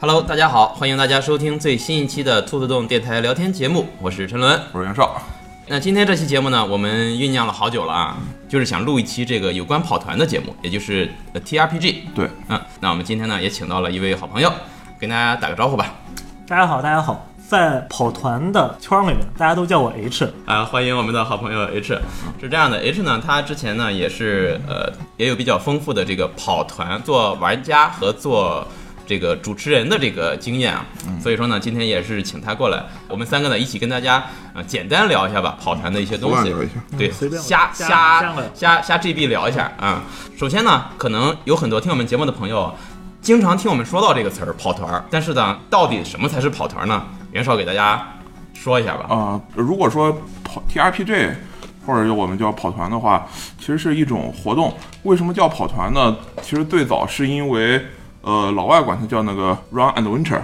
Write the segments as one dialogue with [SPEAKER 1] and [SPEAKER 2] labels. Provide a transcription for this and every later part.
[SPEAKER 1] Hello，大家好，欢迎大家收听最新一期的兔子洞电台聊天节目，我是陈伦。
[SPEAKER 2] 我是袁绍，
[SPEAKER 1] 那今天这期节目呢，我们酝酿了好久了啊，就是想录一期这个有关跑团的节目，也就是呃 TRPG。
[SPEAKER 2] 对，
[SPEAKER 1] 嗯，那我们今天呢也请到了一位好朋友，跟大家打个招呼吧。
[SPEAKER 3] 大家好，大家好，在跑团的圈儿里面，大家都叫我 H，
[SPEAKER 1] 啊，欢迎我们的好朋友 H，是这样的，H 呢，他之前呢也是呃也有比较丰富的这个跑团做玩家和做这个主持人的这个经验啊，
[SPEAKER 2] 嗯
[SPEAKER 1] 所以说呢，今天也是请他过来，我们三个呢一起跟大家呃简单聊一下吧跑团的一些东
[SPEAKER 2] 乱
[SPEAKER 1] 西，
[SPEAKER 2] 聊一下。
[SPEAKER 1] 对，
[SPEAKER 3] 嗯随便
[SPEAKER 1] 瞎
[SPEAKER 3] 瞎
[SPEAKER 1] 瞎
[SPEAKER 3] 瞎聊
[SPEAKER 1] 瞎瞎 GB 聊一下啊、首先呢，可能有很多听我们节目的朋友，啊经常听我们说到这个词儿“跑团”，儿”，但是呢，到底什么才是跑团呢？袁绍给大家说一下吧。
[SPEAKER 2] 啊、如果说跑 TRPG 或者我们叫跑团的话，其实是一种活动。为什么叫跑团呢？其实最早是因为呃老外管它叫那个 Run and Winter，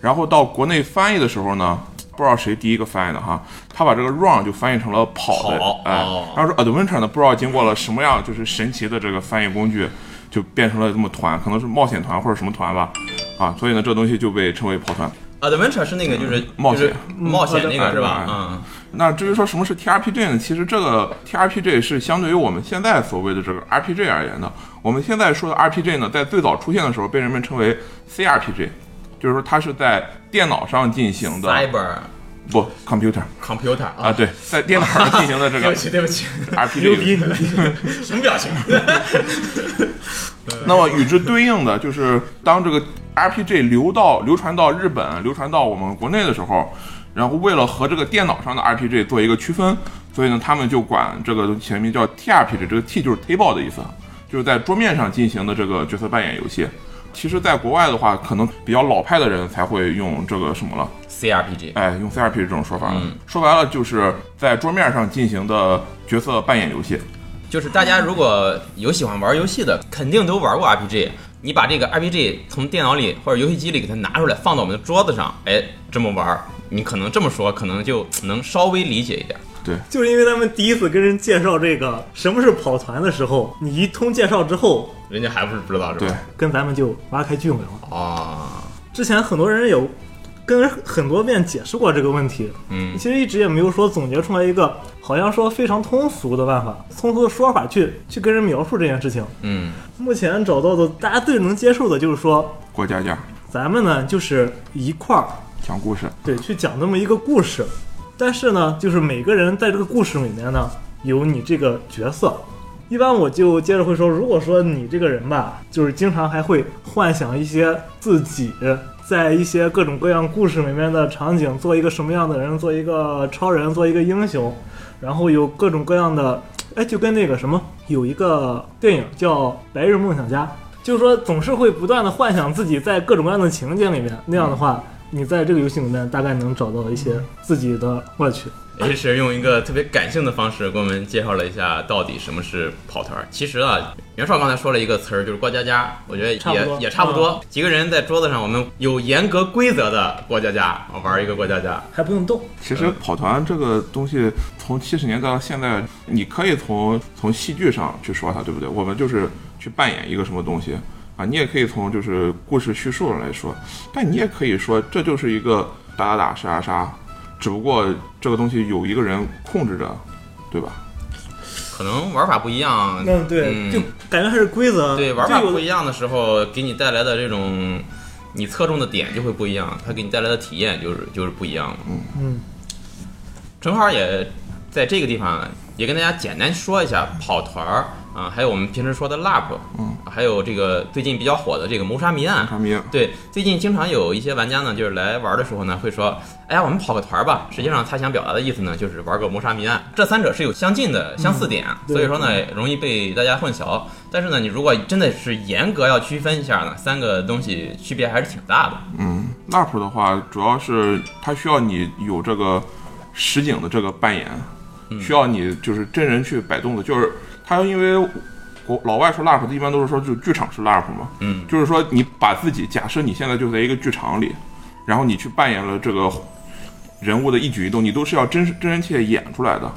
[SPEAKER 2] 然后到国内翻译的时候呢。不知道谁第一个翻译的哈，他把这个 run 就翻译成了跑的，
[SPEAKER 1] 跑
[SPEAKER 2] 哎
[SPEAKER 1] 哦，
[SPEAKER 2] 然后说 adventure 呢，不知道经过了什么样就是神奇的这个翻译工具，就变成了这么团，可能是冒险团或者什么团吧，啊，所以呢，这东西就被称为跑团。
[SPEAKER 1] Adventure 是那个就是
[SPEAKER 2] 嗯冒险
[SPEAKER 1] 就是冒险那个
[SPEAKER 2] 嗯
[SPEAKER 1] 是吧？
[SPEAKER 2] 嗯
[SPEAKER 1] 嗯，
[SPEAKER 2] 那至于说什么是 TRPG 呢？其实这个 TRPG 是相对于我们现在所谓的这个 RPG 而言的。我们现在说的 RPG 呢，在最早出现的时候被人们称为 CRPG，就是说它是在电脑上进行的，
[SPEAKER 1] Cyber
[SPEAKER 2] 不 computer
[SPEAKER 1] Computer
[SPEAKER 2] 啊，
[SPEAKER 1] 啊，
[SPEAKER 2] 对，在电脑上进行的 这
[SPEAKER 1] 对
[SPEAKER 2] 个
[SPEAKER 1] 不起对不 起，
[SPEAKER 2] RPG。
[SPEAKER 1] 什么 表情？
[SPEAKER 2] 那么与之对应的就是，当这个 RPG 流到流传到日本、流传到我们国内的时候，然后为了和这个电脑上的 RPG 做一个区分，所以呢，他们就管这个前面叫 TRPG，这个 T 就是 table 的意思，就是在桌面上进行的这个角色扮演游戏。其实，在国外的话，可能比较老派的人才会用这个什么了，
[SPEAKER 1] CRPG
[SPEAKER 2] 哎，用 CRPG 这种说法了。
[SPEAKER 1] 嗯
[SPEAKER 2] 说白了，就是在桌面上进行的角色扮演游戏。
[SPEAKER 1] 就是大家如果有喜欢玩游戏的，肯定都玩过 RPG。你把这个 RPG 从电脑里或者游戏机里给它拿出来，放到我们的桌子上，哎，这么玩儿，你可能这么说，可能就能稍微理解一点。
[SPEAKER 3] 就是因为他们第一次跟人介绍这个什么是跑团的时候，你一通介绍之后，
[SPEAKER 1] 人家还不是不知道是吧？
[SPEAKER 2] 对，
[SPEAKER 3] 跟咱们就挖开距离了。
[SPEAKER 1] 哦，
[SPEAKER 3] 之前很多人有跟人很多遍解释过这个问题，
[SPEAKER 1] 嗯，
[SPEAKER 3] 其实一直也没有说总结出来一个好像说非常通俗的办法，通俗的说法去去跟人描述这件事情。
[SPEAKER 1] 嗯，
[SPEAKER 3] 目前找到的大家最能接受的就是说，
[SPEAKER 2] 过家家，
[SPEAKER 3] 咱们呢就是一块儿
[SPEAKER 2] 讲故事。
[SPEAKER 3] 对，去讲那么一个故事。但是呢，就是每个人在这个故事里面呢，有你这个角色。一般我就接着会说，如果说你这个人吧，就是经常还会幻想一些自己在一些各种各样故事里面的场景，做一个什么样的人，做一个超人，做一个英雄，然后有各种各样的，哎，就跟那个什么，有一个电影叫《白日梦想家》，就是说总是会不断的幻想自己在各种各样的情景里面，那样的话，你在这个游戏里面大概能找到一些自己的乐趣。
[SPEAKER 1] 也是用一个特别感性的方式给我们介绍了一下到底什么是跑团儿。其实啊，袁绍刚才说了一个词儿，就是过家家，我觉得
[SPEAKER 3] 差不
[SPEAKER 1] 也
[SPEAKER 3] 多嗯
[SPEAKER 1] 也差不多。几个人在桌子上，我们有严格规则的过家家，玩一个过家家。
[SPEAKER 3] 还不用动，
[SPEAKER 2] 其实跑团这个东西，从七十年代到现在，你可以从从戏剧上去说它，对不对？我们就是去扮演一个什么东西啊，你也可以从就是故事叙述上来说，但你也可以说这就是一个打打打杀杀杀，只不过这个东西有一个人控制着，对吧？
[SPEAKER 1] 可能玩法不一样，
[SPEAKER 3] 那对，
[SPEAKER 1] 嗯
[SPEAKER 3] 就感觉还是规则。
[SPEAKER 1] 对玩法
[SPEAKER 3] 就有
[SPEAKER 1] 不
[SPEAKER 3] 的
[SPEAKER 1] 一样的时候，给你带来的这种你侧重的点就会不一样，它给你带来的体验就是就是不一样了。
[SPEAKER 3] 嗯，
[SPEAKER 1] 正好也在这个地方也跟大家简单说一下跑团儿啊、还有我们平时说的 LARP，
[SPEAKER 2] 嗯，
[SPEAKER 1] 还有这个最近比较火的这个谋杀谜案。
[SPEAKER 2] 他们也
[SPEAKER 1] 对，最近经常有一些玩家呢，就是来玩的时候呢，会说，哎呀，我们跑个团儿吧。实际上他想表达的意思呢，就是玩个谋杀谜案。这三者是有相近的相似点，
[SPEAKER 3] 嗯对
[SPEAKER 1] 所以说呢，容易被大家混淆。但是呢，你如果真的是严格要区分一下呢，三个东西区别还是挺大的。
[SPEAKER 2] 嗯，LARP 的话，主要是它需要你有这个实景的这个扮演，需要你就是真人去摆动作，就是它因为国老外说 LARP 的一般都是说就剧场式 LARP 嘛，
[SPEAKER 1] 嗯，
[SPEAKER 2] 就是说你把自己假设你现在就在一个剧场里，然后你去扮演了这个人物的一举一动，你都是要真实真真切切演出来的，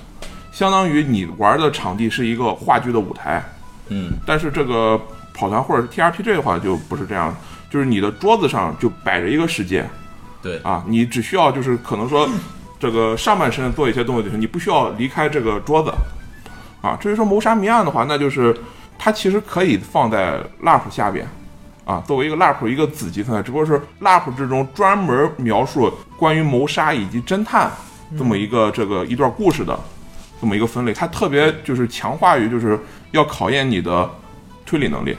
[SPEAKER 2] 相当于你玩的场地是一个话剧的舞台，
[SPEAKER 1] 嗯，
[SPEAKER 2] 但是这个跑团或者是 TRPG 的话就不是这样，就是你的桌子上就摆着一个世界
[SPEAKER 1] 对，
[SPEAKER 2] 啊，你只需要就是可能说这个上半身做一些动作就行，你不需要离开这个桌子啊。至于说谋杀谜案的话，那就是它其实可以放在 LARP 下边啊，作为一个 LARP 一个子集存在，只不过是 LARP 之中专门描述关于谋杀以及侦探这么一个这个一段故事的这么一个分类，它特别就是强化于就是要考验你的推理能力。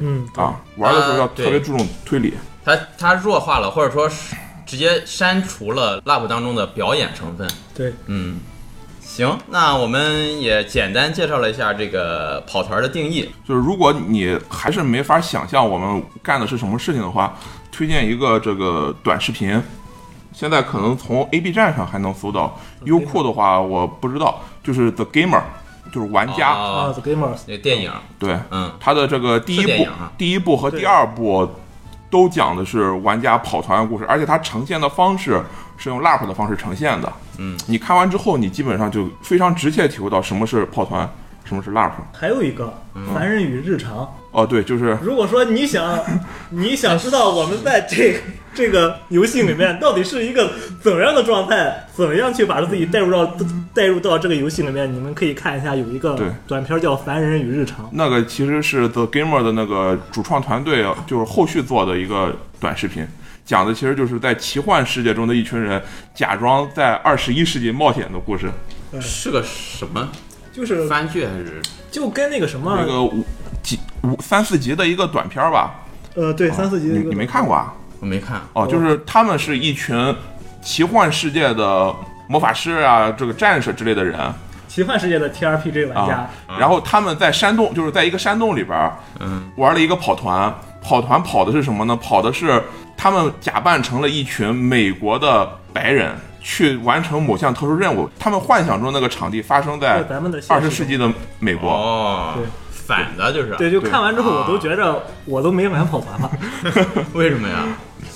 [SPEAKER 3] 嗯，
[SPEAKER 2] 啊，玩的时候要
[SPEAKER 1] 啊对
[SPEAKER 2] 特别注重推理。
[SPEAKER 1] 它它弱化了，或者说是直接删除了 LARP 当中的表演成分。
[SPEAKER 3] 对，
[SPEAKER 1] 嗯，行，那我们也简单介绍了一下这个跑团的定义。
[SPEAKER 2] 就是如果你还是没法想象我们干的是什么事情的话，推荐一个这个短视频，现在可能从 A B 站上还能搜到，优酷的话我不知道，就是 The Gamer，就是玩家，
[SPEAKER 3] 啊
[SPEAKER 1] 哦，
[SPEAKER 3] ，The Gamers，
[SPEAKER 1] 那电影，
[SPEAKER 2] 对，
[SPEAKER 1] 嗯，
[SPEAKER 2] 他的这个第一
[SPEAKER 1] 是电
[SPEAKER 2] 部
[SPEAKER 1] 影啊、
[SPEAKER 2] 第一部和第二部都讲的是玩家跑团的故事，而且它呈现的方式是用 LARP 的方式呈现的。
[SPEAKER 1] 嗯，
[SPEAKER 2] 你看完之后，你基本上就非常直接体会到什么是跑团，什么是 LARP。
[SPEAKER 3] 还有一个
[SPEAKER 1] 嗯
[SPEAKER 3] 《凡人与日常》。
[SPEAKER 2] 哦，对，就是
[SPEAKER 3] 如果说 你想，你想知道我们在这这个游戏里面到底是一个怎样的状态，怎样去把自己带入到带入到这个游戏里面，你们可以看一下有一个
[SPEAKER 2] 对
[SPEAKER 3] 短片叫《凡人与日常》。
[SPEAKER 2] 那个其实是 The Gamer 的那个主创团队，就是后续做的一个短视频，讲的其实就是在奇幻世界中的一群人假装在二十一世纪冒险的故事。
[SPEAKER 1] 是个什么
[SPEAKER 3] 就是
[SPEAKER 1] 番剧还是？
[SPEAKER 3] 就跟那个什么
[SPEAKER 2] 那，个五几五三四集的一个短片吧，
[SPEAKER 3] 呃，对，三四集的
[SPEAKER 2] 你
[SPEAKER 3] 一个，
[SPEAKER 2] 你没看过啊？
[SPEAKER 1] 我没看。
[SPEAKER 3] 嗯
[SPEAKER 2] 哦，就是他们是一群奇幻世界的魔法师啊，这个战士之类的人
[SPEAKER 3] 奇幻世界的 TRPG 玩家
[SPEAKER 2] 啊，，然后他们在山洞，就是在一个山洞里边儿
[SPEAKER 1] 嗯，
[SPEAKER 2] 玩了一个跑团，跑团跑的是什么呢？跑的是他们假扮成了一群美国的白人。去完成某项特殊任务，他们幻想中那个场地发生在
[SPEAKER 3] 在咱们的现
[SPEAKER 2] 二
[SPEAKER 3] 实
[SPEAKER 2] 十世纪的美国，
[SPEAKER 1] 哦
[SPEAKER 3] 对，
[SPEAKER 1] 反的就是。
[SPEAKER 3] 对，就
[SPEAKER 2] 对
[SPEAKER 3] 看完之后我都
[SPEAKER 1] 啊
[SPEAKER 3] 觉着我都没玩跑 团了。
[SPEAKER 1] 为什么呀？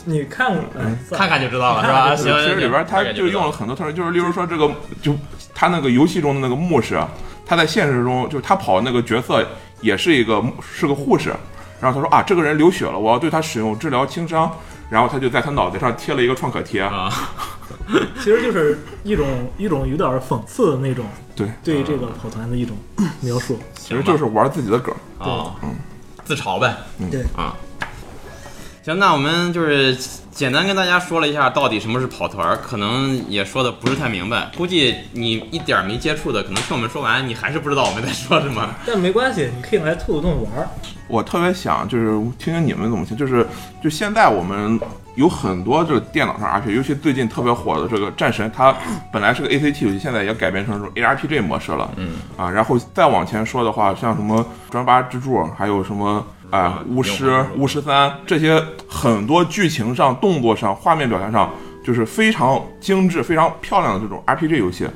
[SPEAKER 3] 你看过？哎算
[SPEAKER 1] 看
[SPEAKER 3] 了
[SPEAKER 1] 看就知道了，是
[SPEAKER 3] 看
[SPEAKER 1] 吧？
[SPEAKER 3] 看
[SPEAKER 1] 行，
[SPEAKER 2] 其实
[SPEAKER 1] 行
[SPEAKER 2] 里边他就用了。很多特殊，就是例如说这个，就他那个游戏中的那个牧师，啊，他在现实中就是他跑那个角色也是一个是个护士，然后他说啊，这个人流血了，我要对他使用治疗轻伤，然后他就在他脑袋上贴了一个创可贴
[SPEAKER 1] 大概就知道，了啊，
[SPEAKER 3] 其实就是一种一种有点讽刺的那种
[SPEAKER 2] 对，
[SPEAKER 3] 对这
[SPEAKER 2] 啊
[SPEAKER 3] 个跑团的一种描述。
[SPEAKER 2] 其实就是玩自己的梗。
[SPEAKER 1] 啊，自嘲呗。
[SPEAKER 3] 对，
[SPEAKER 1] 啊。行，那我们就是简单跟大家说了一下到底什么是跑团儿，可能也说的不是太明白，估计你一点儿没接触的，可能听我们说完，你还是不知道我们在说什么。
[SPEAKER 3] 但没关系，你可以来兔子洞玩儿。
[SPEAKER 2] 我特别想就是听听你们怎么想，就是就现在我们有很多这个电脑上 RPG，尤其最近特别火的这个《战神》，它本来是个 ACT 游戏，现在也改编成这种 ARPG 模式了。嗯啊，然后再往前说的话，像什么《专八之柱》，还有什么。啊、
[SPEAKER 1] 啊
[SPEAKER 2] 巫
[SPEAKER 1] 有
[SPEAKER 2] 师
[SPEAKER 1] 玩、过
[SPEAKER 2] 巫师三这些很多剧情上、动作上、画面表现上，就是非常精致、非常漂亮的这种 RPG 游戏。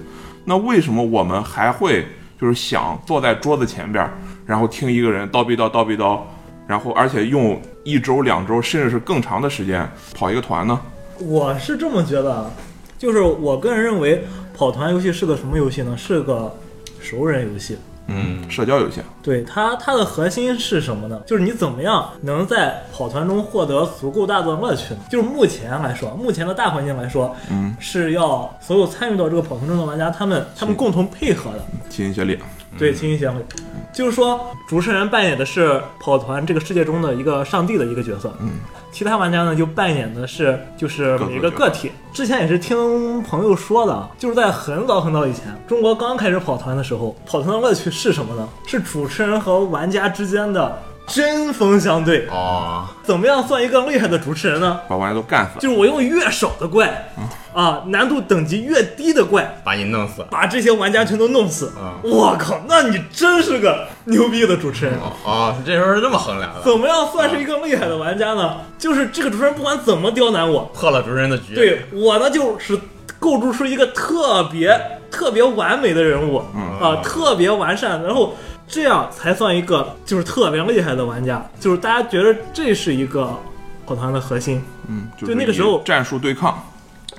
[SPEAKER 2] 那为什么我们还会就是想坐在桌子前边儿，然后听一个人叨逼叨叨逼叨，然后而且用一周、两周，甚至是更长的时间跑一个团呢？
[SPEAKER 3] 我是这么觉得，啊就是我个人认为，跑团游戏是个什么游戏呢？是个熟人游戏。
[SPEAKER 1] 嗯，
[SPEAKER 2] 社交游戏，
[SPEAKER 3] 对它，它的核心是什么呢？就是你怎么样能在跑团中获得足够大的乐趣呢？就是目前来说，目前的大环境来说，
[SPEAKER 2] 嗯，
[SPEAKER 3] 是要所有参与到这个跑团中的玩家，他们他们共同配合的，
[SPEAKER 2] 齐心协力。
[SPEAKER 3] 对，清晰协会。就是说，主持人扮演的是跑团这个世界中的一个上帝的一个角色，
[SPEAKER 2] 嗯，
[SPEAKER 3] 其他玩家呢就扮演的是就是每个
[SPEAKER 2] 各
[SPEAKER 3] 个体。之前也是听朋友说的，啊就是在很早很早以前，中国刚开始跑团的时候，跑团的乐趣是什么呢？是主持人和玩家之间的针锋相对。
[SPEAKER 2] 啊
[SPEAKER 1] 哦，
[SPEAKER 3] 怎么样算一个厉害的主持人呢？
[SPEAKER 2] 把玩家都干死，
[SPEAKER 3] 就是我用越少的怪，
[SPEAKER 2] 嗯
[SPEAKER 3] 啊，难度等级越低的怪，
[SPEAKER 1] 把你弄死。
[SPEAKER 3] 把这些玩家全都弄死。我靠，那你真是个牛逼的主持人。
[SPEAKER 1] 哦哦，这时候是这么衡量的，
[SPEAKER 3] 怎么样算是一个厉害的玩家呢？就是这个主持人不管怎么刁难我，
[SPEAKER 1] 破了主持人的局。，
[SPEAKER 3] 对我呢就是构筑出一个特别特别完美的人物，啊，特别完善，然后这样才算一个就是特别厉害的玩家。就是大家觉得这是一个跑团的核心，
[SPEAKER 2] 嗯，就
[SPEAKER 3] 就是那个时候
[SPEAKER 2] 以战术对抗，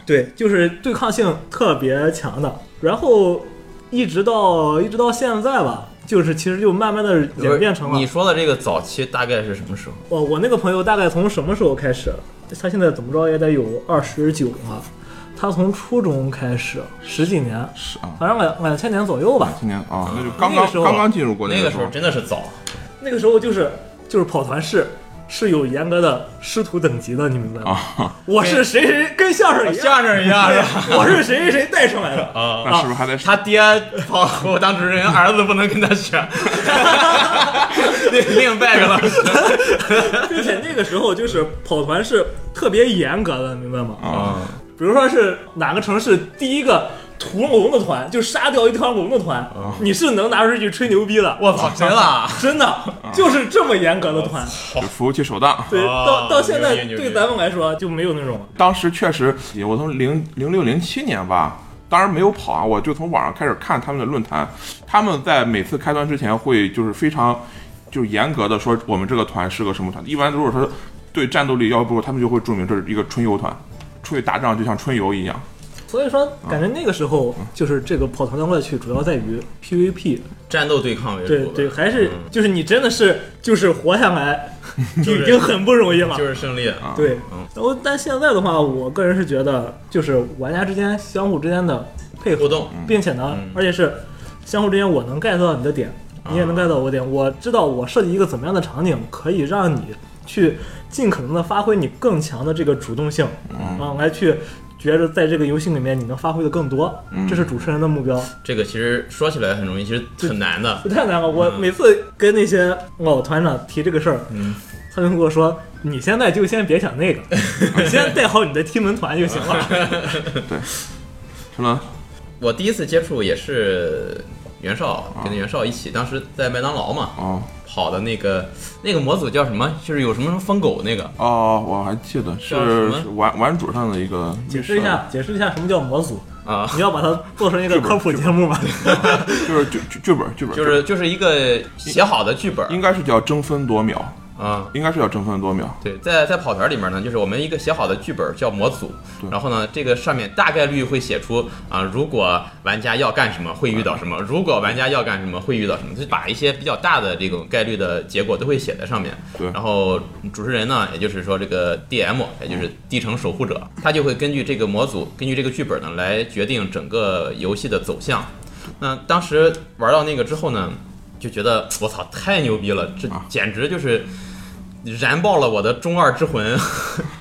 [SPEAKER 3] 对，就是对抗性特别强的。然后一直到一直到现在吧，就是其实就慢慢的演变成了
[SPEAKER 1] 你说的这个早期大概是什么时候？
[SPEAKER 3] 我我那个朋友大概从什么时候开始？他现在怎么着也得有二十九了。他从初中开始，十几年，
[SPEAKER 2] 是啊，
[SPEAKER 3] 反正两两千年左右吧。
[SPEAKER 2] 今年啊，那就刚
[SPEAKER 3] 那
[SPEAKER 2] 刚
[SPEAKER 3] 个时候
[SPEAKER 2] 刚刚进入国内
[SPEAKER 1] 那
[SPEAKER 2] 的
[SPEAKER 1] 个时候真的是早，
[SPEAKER 3] 那个时候就是就是跑团是是有严格的师徒等级的，你明白吗？
[SPEAKER 2] 啊，
[SPEAKER 3] 我是谁谁谁跟相声一样，
[SPEAKER 1] 啊相声一样是吧？
[SPEAKER 3] 我是谁谁谁带上来的。
[SPEAKER 1] 啊，
[SPEAKER 2] 那是不是还得
[SPEAKER 1] 他爹跑我当主持人，儿子不能跟他 学，另另拜个老师
[SPEAKER 3] 并且那个时候就是跑团是特别严格的，明白吗？
[SPEAKER 2] 啊？
[SPEAKER 1] 啊，
[SPEAKER 3] 比如说是哪个城市第一个屠龙的团，就杀掉一条龙的团，
[SPEAKER 1] 啊
[SPEAKER 3] 你是能拿出去吹牛逼的。
[SPEAKER 1] 我操，真了啊！
[SPEAKER 3] 真的 就是这么严格的团，
[SPEAKER 2] 就服务器首当，
[SPEAKER 3] 对，
[SPEAKER 1] 哦
[SPEAKER 3] 到到现在
[SPEAKER 1] 牛逼牛逼
[SPEAKER 3] 对咱们来说就没有那种了。
[SPEAKER 2] 当时确实，我从零零六零七年吧，当然没有跑啊，我就从网上开始看他们的论坛，他们在每次开团之前会就是非常就是严格的说我们这个团是个什么团，一般如果说对战斗力要不，他们就会注明这是一个春游团，出去打仗就像春游一样。
[SPEAKER 3] 所以说，
[SPEAKER 1] 啊
[SPEAKER 3] 感觉那个时候就是这个跑团的乐趣主要在于 PVP，
[SPEAKER 1] 战斗对嗯抗为
[SPEAKER 3] 对
[SPEAKER 1] 主吧，
[SPEAKER 3] 对，还是就是你真的是就是活下 来，就已经很不容易了
[SPEAKER 1] 就。是胜利。
[SPEAKER 3] 对
[SPEAKER 1] 嗯，
[SPEAKER 3] 然后但现在的话，我个人是觉得就是玩家之间相互之间的配合
[SPEAKER 1] 互动，嗯
[SPEAKER 3] 并且呢，而且是相互之间我能 get 到你的点，你也能
[SPEAKER 1] 啊
[SPEAKER 3] get 到我的点，我知道我设计一个怎么样的场景可以让你去尽可能的发挥你更强的这个主动性，
[SPEAKER 1] 嗯
[SPEAKER 3] 啊，来去。觉着在这个游戏里面你能发挥的更多，
[SPEAKER 1] 嗯
[SPEAKER 3] 这是主持人的目标。
[SPEAKER 1] 这个其实说起来很容易，其实很难的。
[SPEAKER 3] 不太难了。我每次跟那些老团长提这个事儿，
[SPEAKER 1] 嗯
[SPEAKER 3] 他们跟我说：“你现在就先别想那个， 你先带好你的踢门团就行了。
[SPEAKER 2] 是吗？
[SPEAKER 1] 我第一次接触也是袁绍，跟袁绍一起，当时在麦当劳嘛，
[SPEAKER 2] 哦
[SPEAKER 1] 跑的那个那个模组叫什么？就是有什么什么疯狗那个
[SPEAKER 2] 哦，我还记得
[SPEAKER 1] 叫什么
[SPEAKER 2] 是玩玩主上的一个”
[SPEAKER 3] 解释一下，解释一下什么叫模 组？
[SPEAKER 1] 啊，
[SPEAKER 3] 你要把它做成一个科普节目 吧？
[SPEAKER 2] 就是剧剧剧本剧本，
[SPEAKER 1] 就是就是一个写好的剧本
[SPEAKER 2] 应该是叫争分夺秒，
[SPEAKER 1] 啊。
[SPEAKER 2] 应该是叫争分夺秒。
[SPEAKER 1] 对，在在跑团里面呢，就是我们一个写好的剧本叫模组，
[SPEAKER 2] 对
[SPEAKER 1] 然后呢，这个上面大概率会写出啊、如果玩家要干什么会遇到什么，如果玩家要干什么会遇到什么，就把一些比较大的这种概率的结果都会写在上面。
[SPEAKER 2] 对
[SPEAKER 1] 然后主持人呢，也就是说这个 DM，也就是
[SPEAKER 2] 嗯
[SPEAKER 1] 地城守护者，他就会根据这个模组，根据这个剧本呢来决定整个游戏的走向。那当时玩到那个之后呢，就觉得我操太牛逼了，这
[SPEAKER 2] 啊
[SPEAKER 1] 简直就是燃爆了我的中二之魂。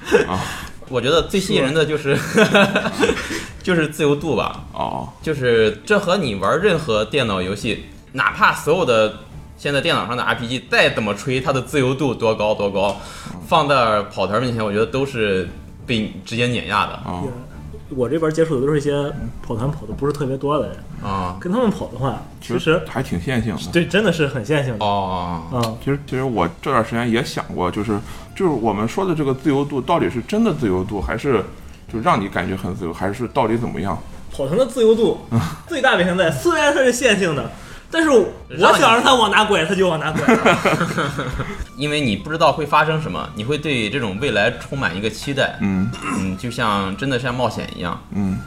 [SPEAKER 1] 我觉得最吸引人的就是 就是自由度吧，
[SPEAKER 2] 哦，
[SPEAKER 1] 就是这和你玩任何电脑游戏，哪怕所有的现在电脑上的 RPG 再怎么吹，它的自由度多高多高，放在跑团面前，我觉得都是被直接碾压的
[SPEAKER 2] 哦，
[SPEAKER 3] 我这边接触的都是一些跑团跑的不是特别多的人，
[SPEAKER 1] 啊
[SPEAKER 3] 跟他们跑的话，其实
[SPEAKER 2] 还挺线性的。
[SPEAKER 3] 对真的是很线性的
[SPEAKER 1] 哦，
[SPEAKER 3] 啊。
[SPEAKER 2] 其实，其实我这段时间也想过，就是就是我们说的这个自由度，到底是真的自由度，还是就让你感觉很自由，还是到底怎么样？
[SPEAKER 3] 跑团的自由度最大表现在，虽然它是线性的，但是我想让它往哪拐，它就往哪拐。
[SPEAKER 1] 因为你不知道会发生什么，你会对这种未来充满一个期待，
[SPEAKER 2] 嗯
[SPEAKER 1] 嗯，就像真的像冒险一样，
[SPEAKER 2] 嗯，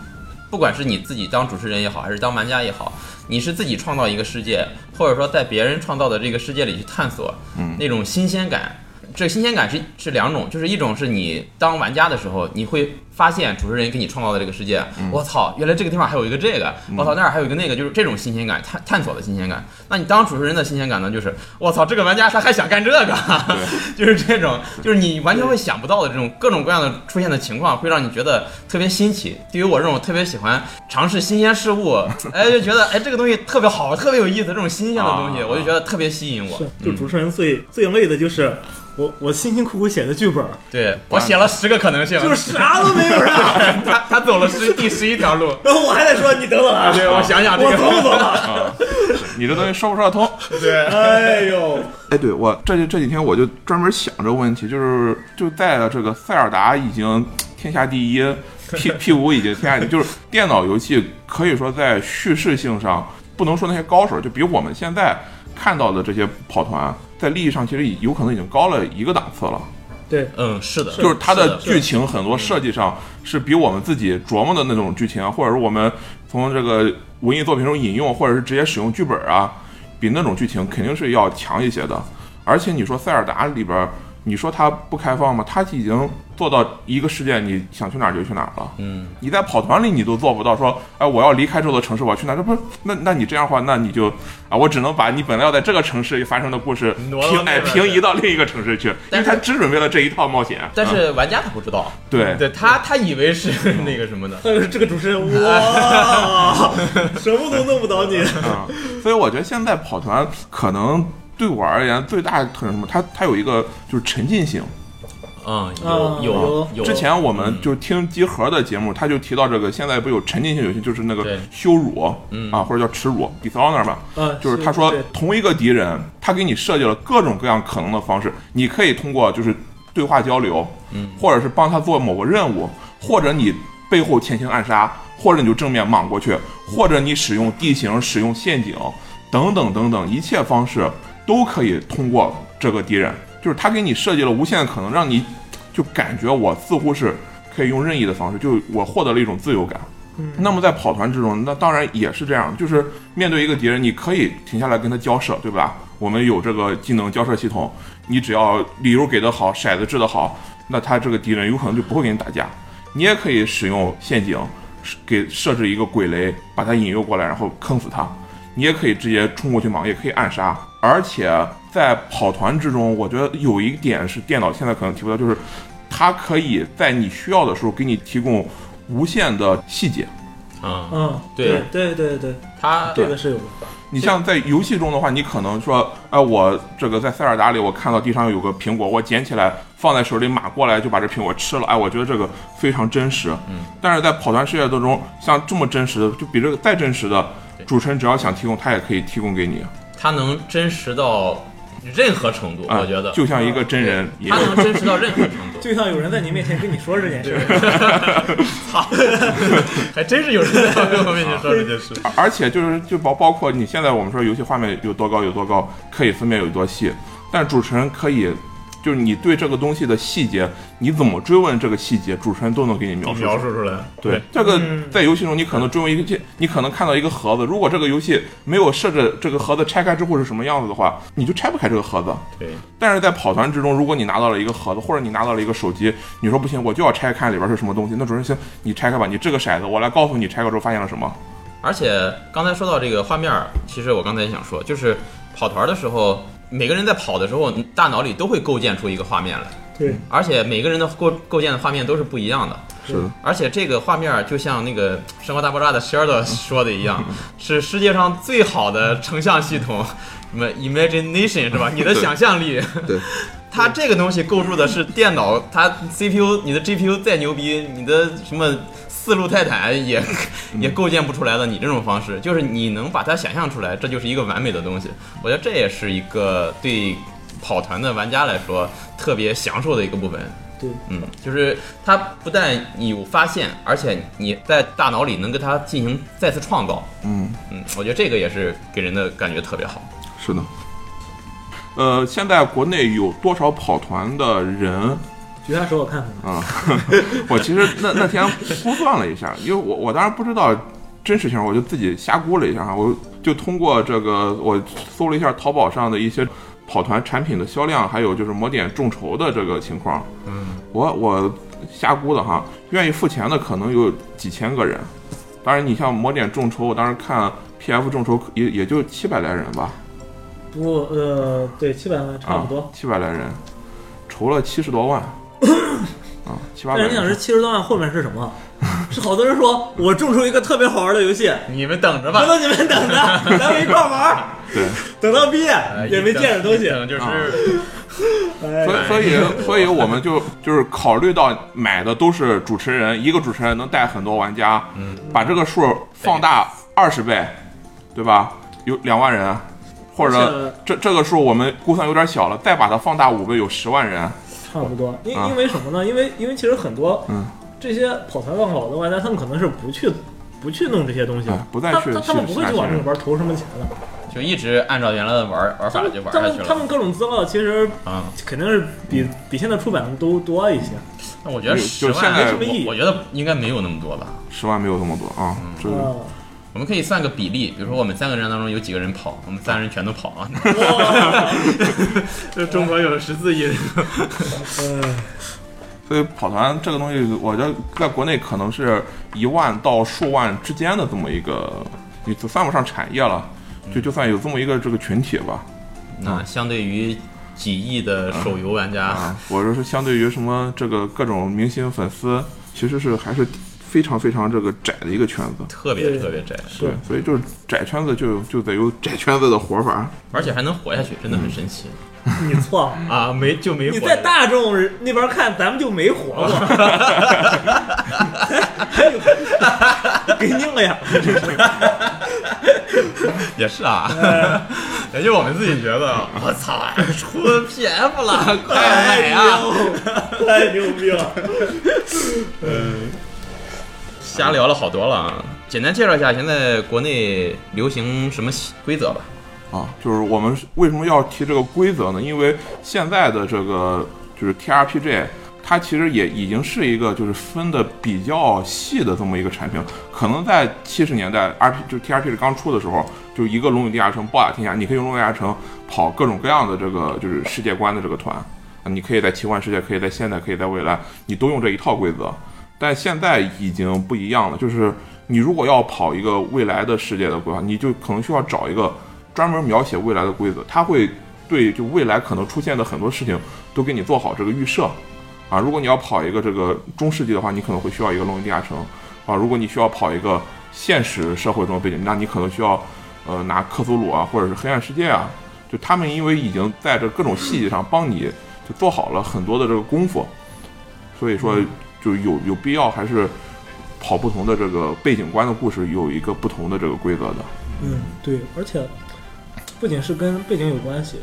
[SPEAKER 1] 不管是你自己当主持人也好，还是当玩家也好，你是自己创造一个世界，或者说在别人创造的这个世界里去探索，
[SPEAKER 2] 嗯
[SPEAKER 1] 那种新鲜感。这新鲜感是是两种，就是一种是你当玩家的时候，你会发现主持人给你创造的这个世界，
[SPEAKER 2] 嗯
[SPEAKER 1] 我、操，原来这个地方还有一个这个，我、操那儿还有一个那个，就是这种新鲜感，探探索的新鲜感。那你当主持人的新鲜感呢，就是我操，这个玩家他还想干这个， 就是这种，就是你完全会想不到的这种各种各样的出现的情况，会让你觉得特别新奇。对于我这种特别喜欢尝试新鲜事物， 哎，就觉得哎这个东西特别好，特别有意思，这种新鲜的东西，
[SPEAKER 2] 啊
[SPEAKER 1] 我就觉得特别吸引我嗯
[SPEAKER 3] 是。，就主持人最、
[SPEAKER 2] 嗯
[SPEAKER 3] 最累的就是我我辛辛苦苦写的剧本，
[SPEAKER 1] 对我写了十个可能性，
[SPEAKER 3] 就是啥都没有啊，
[SPEAKER 1] 他他走了十第十一条路。
[SPEAKER 3] 然后我还得说你等等啊，
[SPEAKER 1] 对，我想想这
[SPEAKER 3] 我
[SPEAKER 1] 个，
[SPEAKER 3] 走不走了？
[SPEAKER 2] 你这东西说不说得通？
[SPEAKER 3] 哎呦，
[SPEAKER 2] 哎，对我这这几天我就专门想这个问题，就是就在这个塞尔达已经天下第一，P P 五已经天下第一，就是电脑游戏可以说在叙事性上不能说那些高手，就比我们现在看到的这些跑团，在利益上其实已有可能已经高了一个档次了。
[SPEAKER 3] 对，
[SPEAKER 1] 嗯，是的，
[SPEAKER 2] 就是它
[SPEAKER 1] 是
[SPEAKER 2] 的
[SPEAKER 1] 的
[SPEAKER 2] 剧情很多设计上是比我们自己琢磨的那种剧情啊，或者是我们从这个文艺作品中引用，或者是直接使用剧本啊，比那种剧情肯定是要强一些的。而且你说塞尔达里边儿，你说它不开放吗？它已经做到一个世界，你想去哪儿就去哪儿了。
[SPEAKER 1] 嗯，
[SPEAKER 2] 你在跑团里你都做不到说，哎，我要离开这座城市，我要去哪？这不，那那你这样的话，那你就啊，我只能把你本来要在这个城市发生的故事
[SPEAKER 1] 挪到那
[SPEAKER 2] 平哎
[SPEAKER 1] 边
[SPEAKER 2] 平移到另一个城市去，因
[SPEAKER 1] 但
[SPEAKER 2] 为
[SPEAKER 1] 是
[SPEAKER 2] 他只准备了这一套冒险。
[SPEAKER 1] 但
[SPEAKER 2] 嗯
[SPEAKER 1] 是玩家他不知道，
[SPEAKER 2] 对
[SPEAKER 1] 对他他以为是 那个什么的，
[SPEAKER 3] 但是这个主持 人，哇，什么都弄不倒 你。
[SPEAKER 2] 啊，所以我觉得现在跑团可能对我而言最大的特点是什么？它它有一个就是沉浸性。
[SPEAKER 1] 嗯，
[SPEAKER 3] 啊
[SPEAKER 1] 有有有，
[SPEAKER 2] 之前我
[SPEAKER 1] 嗯
[SPEAKER 2] 们就听集合的节目，他就提到这个，现在不有沉浸性游戏，就是那个
[SPEAKER 1] 对
[SPEAKER 2] 羞辱，
[SPEAKER 1] 嗯
[SPEAKER 2] 啊，或者叫耻辱 （dishonor） 吧。
[SPEAKER 3] 嗯，
[SPEAKER 2] 就是他说
[SPEAKER 3] 对
[SPEAKER 2] 同一个敌人，他给你设计了各种各样可能的方式，你可以通过就是对话交流，
[SPEAKER 1] 嗯，
[SPEAKER 2] 或者是帮他做某个任务，或者你背后前行暗杀，或者你就正面莽过去，或者你使用地形、使用陷阱等等等等，一切方式都可以通过这个敌人，就是他给你设计了无限的可能，让你就感觉我似乎是可以用任意的方式，就我获得了一种自由感。那么在跑团之中，那当然也是这样，就是面对一个敌人，你可以停下来跟他交涉，对吧？我们有这个技能交涉系统，你只要理由给的好，骰子掷的好，那他这个敌人有可能就不会跟你打架。你也可以使用陷阱，是给设置一个鬼雷，把他引诱过来，然后坑死他。你也可以直接冲过去莽，也可以暗杀。而且在跑团之中，我觉得有一点是电脑现在可能提不到，就是它可以在你需要的时候给你提供无限的细节。
[SPEAKER 1] 啊，嗯
[SPEAKER 3] 嗯，
[SPEAKER 1] 对
[SPEAKER 3] 对对对，
[SPEAKER 1] 他
[SPEAKER 3] 这个是有的。
[SPEAKER 2] 你像在游戏中的话，你可能说，哎、我这个在塞尔达里，我看到地上有个苹果，我捡起来放在手里，马过来就把这苹果吃了，哎，我觉得这个非常真实。
[SPEAKER 1] 嗯，
[SPEAKER 2] 但是在跑团世界当中，像这么真实的，就比这个再真实的，
[SPEAKER 1] 对
[SPEAKER 2] 主持人只要想提供，他也可以提供给你。
[SPEAKER 1] 他能真实到任何程度，
[SPEAKER 2] 啊、
[SPEAKER 1] 我觉得嗯
[SPEAKER 2] 就像一个真人一
[SPEAKER 1] 他
[SPEAKER 2] 样。
[SPEAKER 1] 能真实到任何程 度，
[SPEAKER 3] 就像有人在你面前跟你说这件事，
[SPEAKER 1] 操， 还真是有人在我面前说这件事。
[SPEAKER 2] 而且就是就包包括你现在我们说游戏画面有多高有多高，可以分辨有多细，但主持人可以，就是你对这个东西的细节，你怎么追问这个细节，主持人都能给你描述出来。
[SPEAKER 1] 描述出来，
[SPEAKER 2] 对，，这个
[SPEAKER 3] 嗯
[SPEAKER 2] 在游戏中你可能追问一个这，你可能看到一个盒子，如果这个游戏没有设置这个盒子拆开之后是什么样子的话，你就拆不开这个盒子。
[SPEAKER 1] 对，
[SPEAKER 2] 但是在跑团之中，如果你拿到了一个盒子，或者你拿到了一个手机，你说不行，我就要拆开看里边是什么东西。那主持人行，你拆开吧，你这个骰子，我来告诉你拆开之后发现了什么。
[SPEAKER 1] 而且刚才说到这个画面儿，其实我刚才也想说，就是跑团的时候，每个人在跑的时候，大脑里都会构建出一个画面来，
[SPEAKER 3] 对，
[SPEAKER 1] 而且每个人的构构建的画面都是不一样的。
[SPEAKER 2] 是的，
[SPEAKER 1] 而且这个画面儿就像那个《生活大爆炸》的 Sheldon 说的一 样，是世界上最好的成像系统，什么 imagination 是吧？你的想象力，
[SPEAKER 2] 对，
[SPEAKER 1] 它这个东西构筑的是电脑，它 CPU、你的 GPU 再牛逼，你的什么四路泰坦也
[SPEAKER 2] 嗯
[SPEAKER 1] 也构建不出来的。你这种方式，就是你能把它想象出来，这就是一个完美的东西。我觉得这也是一个对跑团的玩家来说特别享受的一个部分。
[SPEAKER 3] 对，
[SPEAKER 1] 嗯，就是它不但有发现，而且你在大脑里能跟它进行再次创造。
[SPEAKER 2] 嗯。
[SPEAKER 1] 嗯，我觉得这个也是给人的感觉特别好。
[SPEAKER 2] 是的。呃，现在国内有多少跑团的人？
[SPEAKER 3] 举下手我看看。
[SPEAKER 2] 我其实那那天估算了一下，因为我我当然不知道真实情况，我就自己瞎估了一下哈，我就通过这个我搜了一下淘宝上的一些跑团产品的销量，还有就是魔点众筹的这个情况。嗯，我我瞎估的哈，愿意付钱的可能有几千个人。当然，你像魔点众筹，我当时看 PF 众筹也也就七百来人吧。啊
[SPEAKER 3] 不，呃，对，七百万差不多。
[SPEAKER 2] 七百来人，筹了七十多 万，啊，七八百
[SPEAKER 3] 但是你想，这
[SPEAKER 2] 人。
[SPEAKER 3] 七十多万后面是什 么？是好多人说我种出一个特别好玩的游戏，
[SPEAKER 1] 你们等着
[SPEAKER 3] 等
[SPEAKER 1] 吧，
[SPEAKER 3] 等你们等 着，咱们一块玩儿，
[SPEAKER 2] 对，
[SPEAKER 3] 等到毕业
[SPEAKER 1] 呃
[SPEAKER 3] 也没见着东西
[SPEAKER 1] 一。等就是、
[SPEAKER 2] 啊
[SPEAKER 3] 哎
[SPEAKER 2] 所以所 以所以我们就就是考虑到买的都是主持人，一个主持人能带很多玩家，
[SPEAKER 1] 嗯
[SPEAKER 2] 把这个数放大二十倍，对吧？有两万人，或
[SPEAKER 3] 而
[SPEAKER 2] 者
[SPEAKER 3] 且
[SPEAKER 2] 这这个数我们估算有点小了，再把它放大五倍，有十万人。
[SPEAKER 3] 差不多，因
[SPEAKER 2] 啊
[SPEAKER 3] 因为什么呢？因为因为其实很多
[SPEAKER 2] 嗯
[SPEAKER 3] 这些跑团忘老的玩家，他们可能是不去不去弄这些东西
[SPEAKER 1] 啊
[SPEAKER 2] 哎
[SPEAKER 3] 的，
[SPEAKER 2] 不再
[SPEAKER 3] 他
[SPEAKER 2] 去
[SPEAKER 3] 他他们不
[SPEAKER 2] 去
[SPEAKER 3] 会去往这
[SPEAKER 2] 去
[SPEAKER 3] 里边投什么钱的，
[SPEAKER 1] 就一直按照原来的玩玩
[SPEAKER 3] 他
[SPEAKER 1] 法
[SPEAKER 3] 们
[SPEAKER 1] 就玩
[SPEAKER 3] 他
[SPEAKER 1] 下去
[SPEAKER 3] 们他
[SPEAKER 1] 了。
[SPEAKER 3] 们各种资料其实
[SPEAKER 1] 啊、
[SPEAKER 3] 肯定是比比现在出版的都多一些，
[SPEAKER 1] 那我觉得
[SPEAKER 2] 就
[SPEAKER 1] 十
[SPEAKER 2] 现
[SPEAKER 1] 万
[SPEAKER 2] 在
[SPEAKER 1] 我我觉得应该没有那么多吧。嗯
[SPEAKER 2] 十万没有这么多啊，这
[SPEAKER 3] 啊，
[SPEAKER 1] 我们可以算个比例，比如说我们三个人当中有几个人跑，我们三个人全都 跑啊。就中国有十四亿人，
[SPEAKER 3] 呃
[SPEAKER 2] 所以跑团这个东西，我觉得在国内可能是一万到数万之间的这么一个，你就算不上产业了，就
[SPEAKER 3] 嗯
[SPEAKER 2] 就算有这么一个这个群体吧。
[SPEAKER 1] 那相对于几亿的手游玩家，
[SPEAKER 2] 啊，我说是相对于什么这个各种明星粉丝，其实是还是非常非常这个窄的一个圈子。
[SPEAKER 1] 特别
[SPEAKER 3] 对
[SPEAKER 1] 特别窄，
[SPEAKER 2] 对，所以就是窄圈子就就得有窄圈子的活法。
[SPEAKER 1] 而且还能活下去，真的很神奇、
[SPEAKER 3] 你错了，
[SPEAKER 1] 啊！没就没活
[SPEAKER 3] 你
[SPEAKER 1] 着。
[SPEAKER 3] 在大众那边看，咱们就没活 过， 还有 给你了呀，
[SPEAKER 1] 也是啊，
[SPEAKER 3] 呃
[SPEAKER 1] 也就我们自己觉 得，我操，出 PF
[SPEAKER 3] 哎
[SPEAKER 1] 了，快买啊！
[SPEAKER 3] 牛，太牛逼了！
[SPEAKER 1] 瞎聊了好多了，啊，简单介绍一下现在国内流行什么规则吧。
[SPEAKER 2] 啊，就是我们是为什么要提这个规则呢？因为现在的这个就是 TRPG，它其实也已经是一个就是分的比较细的这么一个产品。可能在七十年代 RP 就是 TRPG 刚出的时候，就一个《龙与地下城》暴打天下，你可以用《龙与地下城》跑各种各样的这个就是世界观的这个团，啊你可以在奇幻世界，可以在现代，可以在未来，你都用这一套规则。但现在已经不一样了，就是你如果要跑一个未来的世界的规划，你就可能需要找一个专门描写未来的规则，它会对就未来可能出现的很多事情都给你做好这个预设。啊，如果你要跑一个这个中世纪的话，你可能会需要一个龙与地下城啊；如果你需要跑一个现实社会中的背景，那你可能需要呃拿克苏鲁啊，或者是黑暗世界啊。就他们因为已经在这各种细节上帮你就做好了很多的这个功夫，所以
[SPEAKER 3] 嗯
[SPEAKER 2] 说就有有必要还是跑不同的这个背景观的故事有一个不同的这个规则的。
[SPEAKER 3] 嗯，对，而且不仅是跟背景有关系，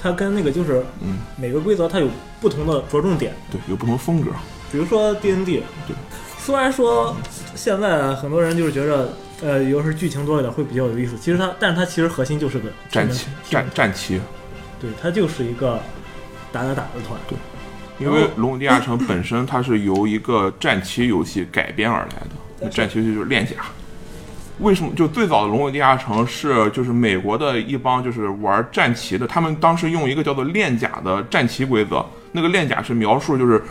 [SPEAKER 3] 它跟那个就是
[SPEAKER 2] 嗯，
[SPEAKER 3] 每个规则它有不同的着重点。
[SPEAKER 2] 对，有不同风格。
[SPEAKER 3] 比如说 D N D，
[SPEAKER 2] 对，
[SPEAKER 3] 虽然说现在很多人就是觉着，呃，要是剧情多一点会比较有意思。其实它，但是它其实核心就是个
[SPEAKER 2] 战旗战，战旗，
[SPEAKER 3] 对，它就是一个打打打的团。
[SPEAKER 2] 因
[SPEAKER 1] 哦
[SPEAKER 2] 为《龙与地下城》本身它是由一个战棋游戏改编而来的，那战棋游戏就是练甲。为什么就最早的《龙与地下城》是就是美国的一帮就是玩战棋的，他们当时用一个叫做练甲的战棋规则，那个练甲是描述就是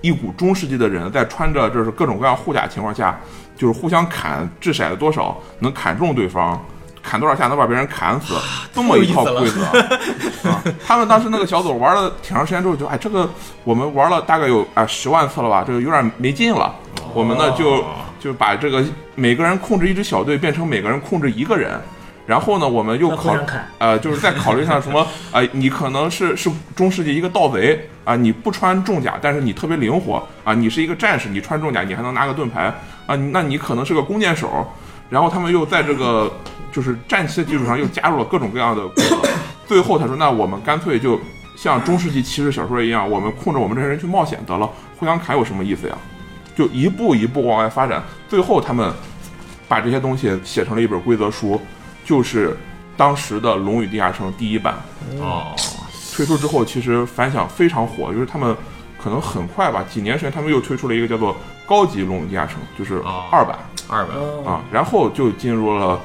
[SPEAKER 2] 一股中世纪的人在穿着就是各种各样护甲情况下，就是互相砍掷骰子多少能砍中对方，砍多少下能把别人砍死，这么一套
[SPEAKER 1] 啊太有
[SPEAKER 2] 规
[SPEAKER 1] 意
[SPEAKER 2] 则。啊，他们当时那个小组玩了挺长时间之后，就哎，这个我们玩了大概有啊十、10万次了吧，这个有点没劲了。我们呢就就把这个每个人控制一支小队变成每个人控制一个人，然后呢我们又
[SPEAKER 3] 那
[SPEAKER 2] 考
[SPEAKER 3] 互相砍
[SPEAKER 2] 呃就是再考虑一下什么啊、你可能是是中世纪一个盗贼啊、你不穿重甲，但是你特别灵活啊、你是一个战士，你穿重甲你还能拿个盾牌啊、你那你可能是个弓箭手，然后他们又在这个就是战旗的基础上又加入了各种各样的规则。最后他说，那我们干脆就像中世纪骑士小说一样，我们控制我们这些人去冒险得了，互相砍有什么意思呀？就一步一步往外发展，最后他们把这些东西写成了一本规则书，就是当时的《龙与地下城》第一版
[SPEAKER 1] 哦，
[SPEAKER 2] 推出之后，其实反响非常火，就是他们可能很快吧，几年时间他们又推出了一个叫做《高级龙与地下城》，就是
[SPEAKER 1] 哦
[SPEAKER 2] 二版。
[SPEAKER 1] 二百
[SPEAKER 3] 啊哦，
[SPEAKER 2] 啊，然后就进入了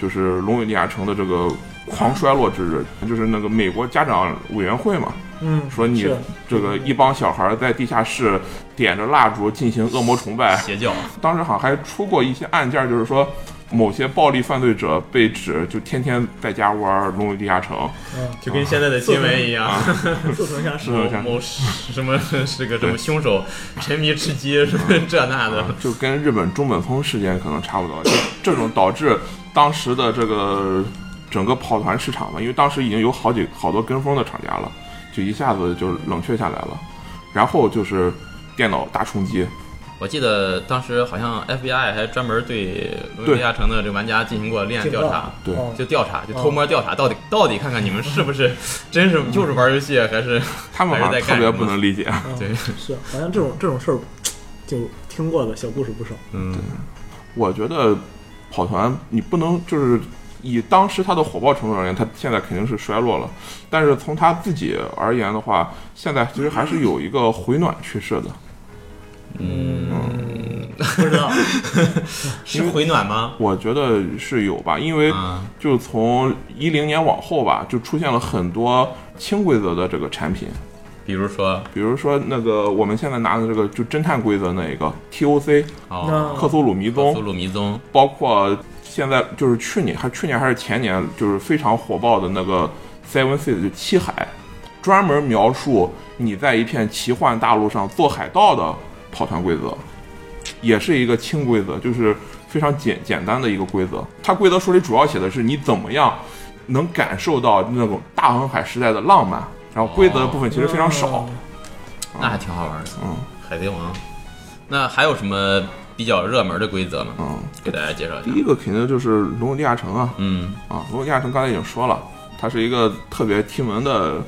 [SPEAKER 2] 就是龙与地下城的这个狂衰落之日，就是那个美国家长委员会嘛，
[SPEAKER 3] 嗯，
[SPEAKER 2] 说你
[SPEAKER 3] 是
[SPEAKER 2] 这个一帮小孩在地下室点着蜡烛进行恶魔崇拜，
[SPEAKER 1] 邪教，
[SPEAKER 2] 当时好像还出过一些案件，就是说。某些暴力犯罪者被指就天天在家玩《龙与地 下城》，
[SPEAKER 1] 就跟现在的新闻一样，
[SPEAKER 3] 速成相识。
[SPEAKER 2] 是
[SPEAKER 1] 某某什么是个什么凶手，沉迷吃鸡什么这那的，
[SPEAKER 2] 就跟日本中本聪事件可能差不多，就这种导致当时的这个整个跑团市场嘛，因为当时已经有好几好多跟风的厂家了，就一下子就冷却下来了。然后就是电脑大冲击，
[SPEAKER 1] 我记得当时好像 FBI 还专门对罗
[SPEAKER 2] 对
[SPEAKER 1] 地亚城的这个玩家进行过恋爱调查，
[SPEAKER 2] 对
[SPEAKER 3] 哦
[SPEAKER 1] 就调查，就偷摸调查，到底到底看看你们是不 是真是就是玩游戏，啊还是
[SPEAKER 2] 他们好
[SPEAKER 1] 还
[SPEAKER 2] 像
[SPEAKER 1] 是在干
[SPEAKER 2] 特
[SPEAKER 1] 什么
[SPEAKER 2] 别不能理解。
[SPEAKER 1] 对，
[SPEAKER 3] 嗯是，好像这种这种事儿，就听过的小故事不少。
[SPEAKER 1] 嗯，
[SPEAKER 2] 我觉得跑团你不能就是以当时它的火爆程度而言，它现在肯定是衰落了。但是从它自己而言的话，现在其实还是有一个回暖趋势的。
[SPEAKER 3] 不知道，
[SPEAKER 1] 是回暖吗？
[SPEAKER 2] 我觉得是有吧，因为
[SPEAKER 1] 啊
[SPEAKER 2] 就从一零年往后吧，就出现了很多轻规则的这个产品，
[SPEAKER 1] 比如说，
[SPEAKER 2] 比如说那个我们现在拿的这个就侦探规则那一个 TOC
[SPEAKER 1] 哦，
[SPEAKER 2] 克苏鲁迷
[SPEAKER 1] 苏
[SPEAKER 2] 踪，
[SPEAKER 1] 鲁迷踪
[SPEAKER 2] 包括现在就是去年还去年还是前年就是非常火爆的那个 Seven Seas 就七海，专门描述你在一片奇幻大陆上做海盗的跑团规则，也是一个轻规则，就是非常简简单的一个规则。它规则书里主要写的是你怎么样能感受到那种大航海时代的浪漫，然后规则的部分其实非常少。
[SPEAKER 3] 哦嗯
[SPEAKER 1] 那还挺好玩的。
[SPEAKER 2] 嗯，
[SPEAKER 1] 海贼王。那还有什么比较热门的规则吗？
[SPEAKER 2] 嗯，
[SPEAKER 1] 给大家介绍一
[SPEAKER 2] 第
[SPEAKER 1] 下。
[SPEAKER 2] 一个肯定就是《龙与地下城》啊，
[SPEAKER 1] 嗯，
[SPEAKER 2] 啊，龙与地下城刚才已经说了，它是一个特别踢门的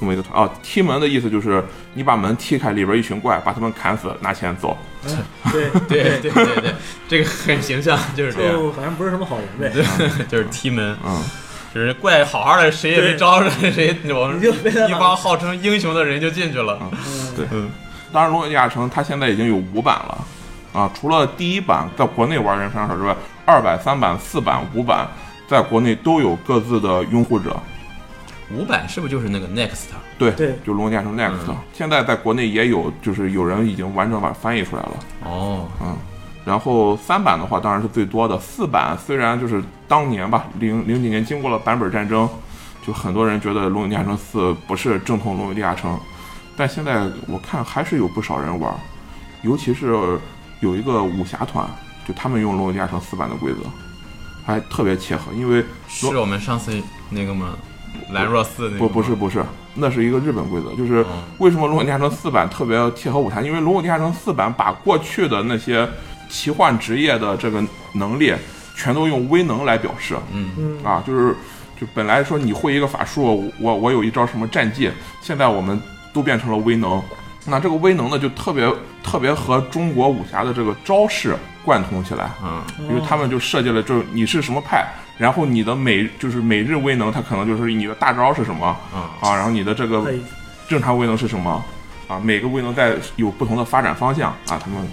[SPEAKER 2] 这么一个团啊。踢门的意思就是你把门踢开，里边一群怪，把他们砍死，拿钱走。
[SPEAKER 3] 对
[SPEAKER 1] 对对对对，这个很形象，就是这样，
[SPEAKER 3] 就反正不是什么好人呗，
[SPEAKER 1] 就是踢门，
[SPEAKER 2] 嗯，
[SPEAKER 1] 就是怪好好的，谁也没
[SPEAKER 3] 对
[SPEAKER 1] 招惹，谁我们
[SPEAKER 3] 你就被他
[SPEAKER 1] 一
[SPEAKER 3] 打
[SPEAKER 1] 帮号称英雄的人就进去了。
[SPEAKER 2] 对
[SPEAKER 1] 嗯，
[SPEAKER 2] 当然，《龙与地下城》它现在已经有五版了啊，除了第一版在国内玩的人非常少之外，二版、三版、四版、五版在国内都有各自的拥护者。
[SPEAKER 1] 五版是不是就是那个 Next？
[SPEAKER 2] 对，
[SPEAKER 3] 对
[SPEAKER 2] 就《龙与地下城 Next》现在在国内也有，就是有人已经完整把它翻译出来了。
[SPEAKER 1] 哦，
[SPEAKER 2] 然后三版的话当然是最多的，四版虽然就是当年吧，零零几年经过了版本战争，就很多人觉得《龙与地下城四》不是正统《龙与地下城》，但现在我看还是有不少人玩，尤其是有一个武侠团，就他们用《龙与地下城四》版的规则，还特别切合，因为
[SPEAKER 1] 是我们上次那个吗？兰若寺那个
[SPEAKER 2] 不
[SPEAKER 1] 吗
[SPEAKER 2] 不是不是，那是一个日本规则，就是
[SPEAKER 1] 哦
[SPEAKER 2] 为什么《龙与地下城四版》特别贴合舞台？因为《龙与地下城四版》把过去的那些奇幻职业的这个能力，全都用威能来表示。
[SPEAKER 3] 嗯
[SPEAKER 2] 啊，就是就本来说你会一个法术，我我有一招什么战技，现在我们都变成了威能。那这个威能呢，就特别特别和中国武侠的这个招式贯通起来。
[SPEAKER 1] 嗯，
[SPEAKER 2] 因为他们就设计了，就是你是什么派，然后你的每就是每日威能，它可能就是你的大招是什么
[SPEAKER 1] 啊
[SPEAKER 2] 啊，然后你的这个
[SPEAKER 3] 可以
[SPEAKER 2] 正常威能是什么啊，每个威能在有不同的发展方向啊，他们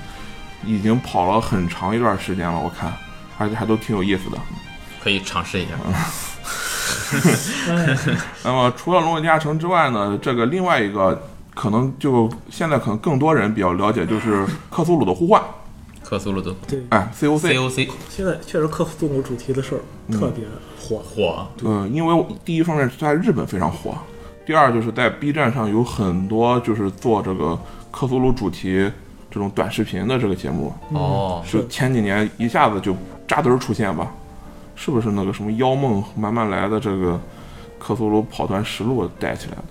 [SPEAKER 2] 已经跑了很长一段时间了，我看，而且还都挺有意思的。
[SPEAKER 1] 可以尝试一下。
[SPEAKER 2] 那么除了《龙与地下城》之外呢，这个另外一个可能就现在可能更多人比较了解，就是克苏鲁的呼唤，
[SPEAKER 1] 克苏鲁的
[SPEAKER 3] 对，
[SPEAKER 2] 哎，COC。
[SPEAKER 1] COC
[SPEAKER 3] 现在确实克苏鲁主题的事儿特别火，
[SPEAKER 1] 火，
[SPEAKER 2] 嗯，因为第一方面是在日本非常火，第二就是在 B 站上有很多就是做这个克苏鲁主题这种短视频的这个节目，
[SPEAKER 1] 哦，
[SPEAKER 2] 就前几年一下子就扎堆儿出现吧，是不是那个什么妖梦慢慢来的这个克苏鲁跑团实录带起来的？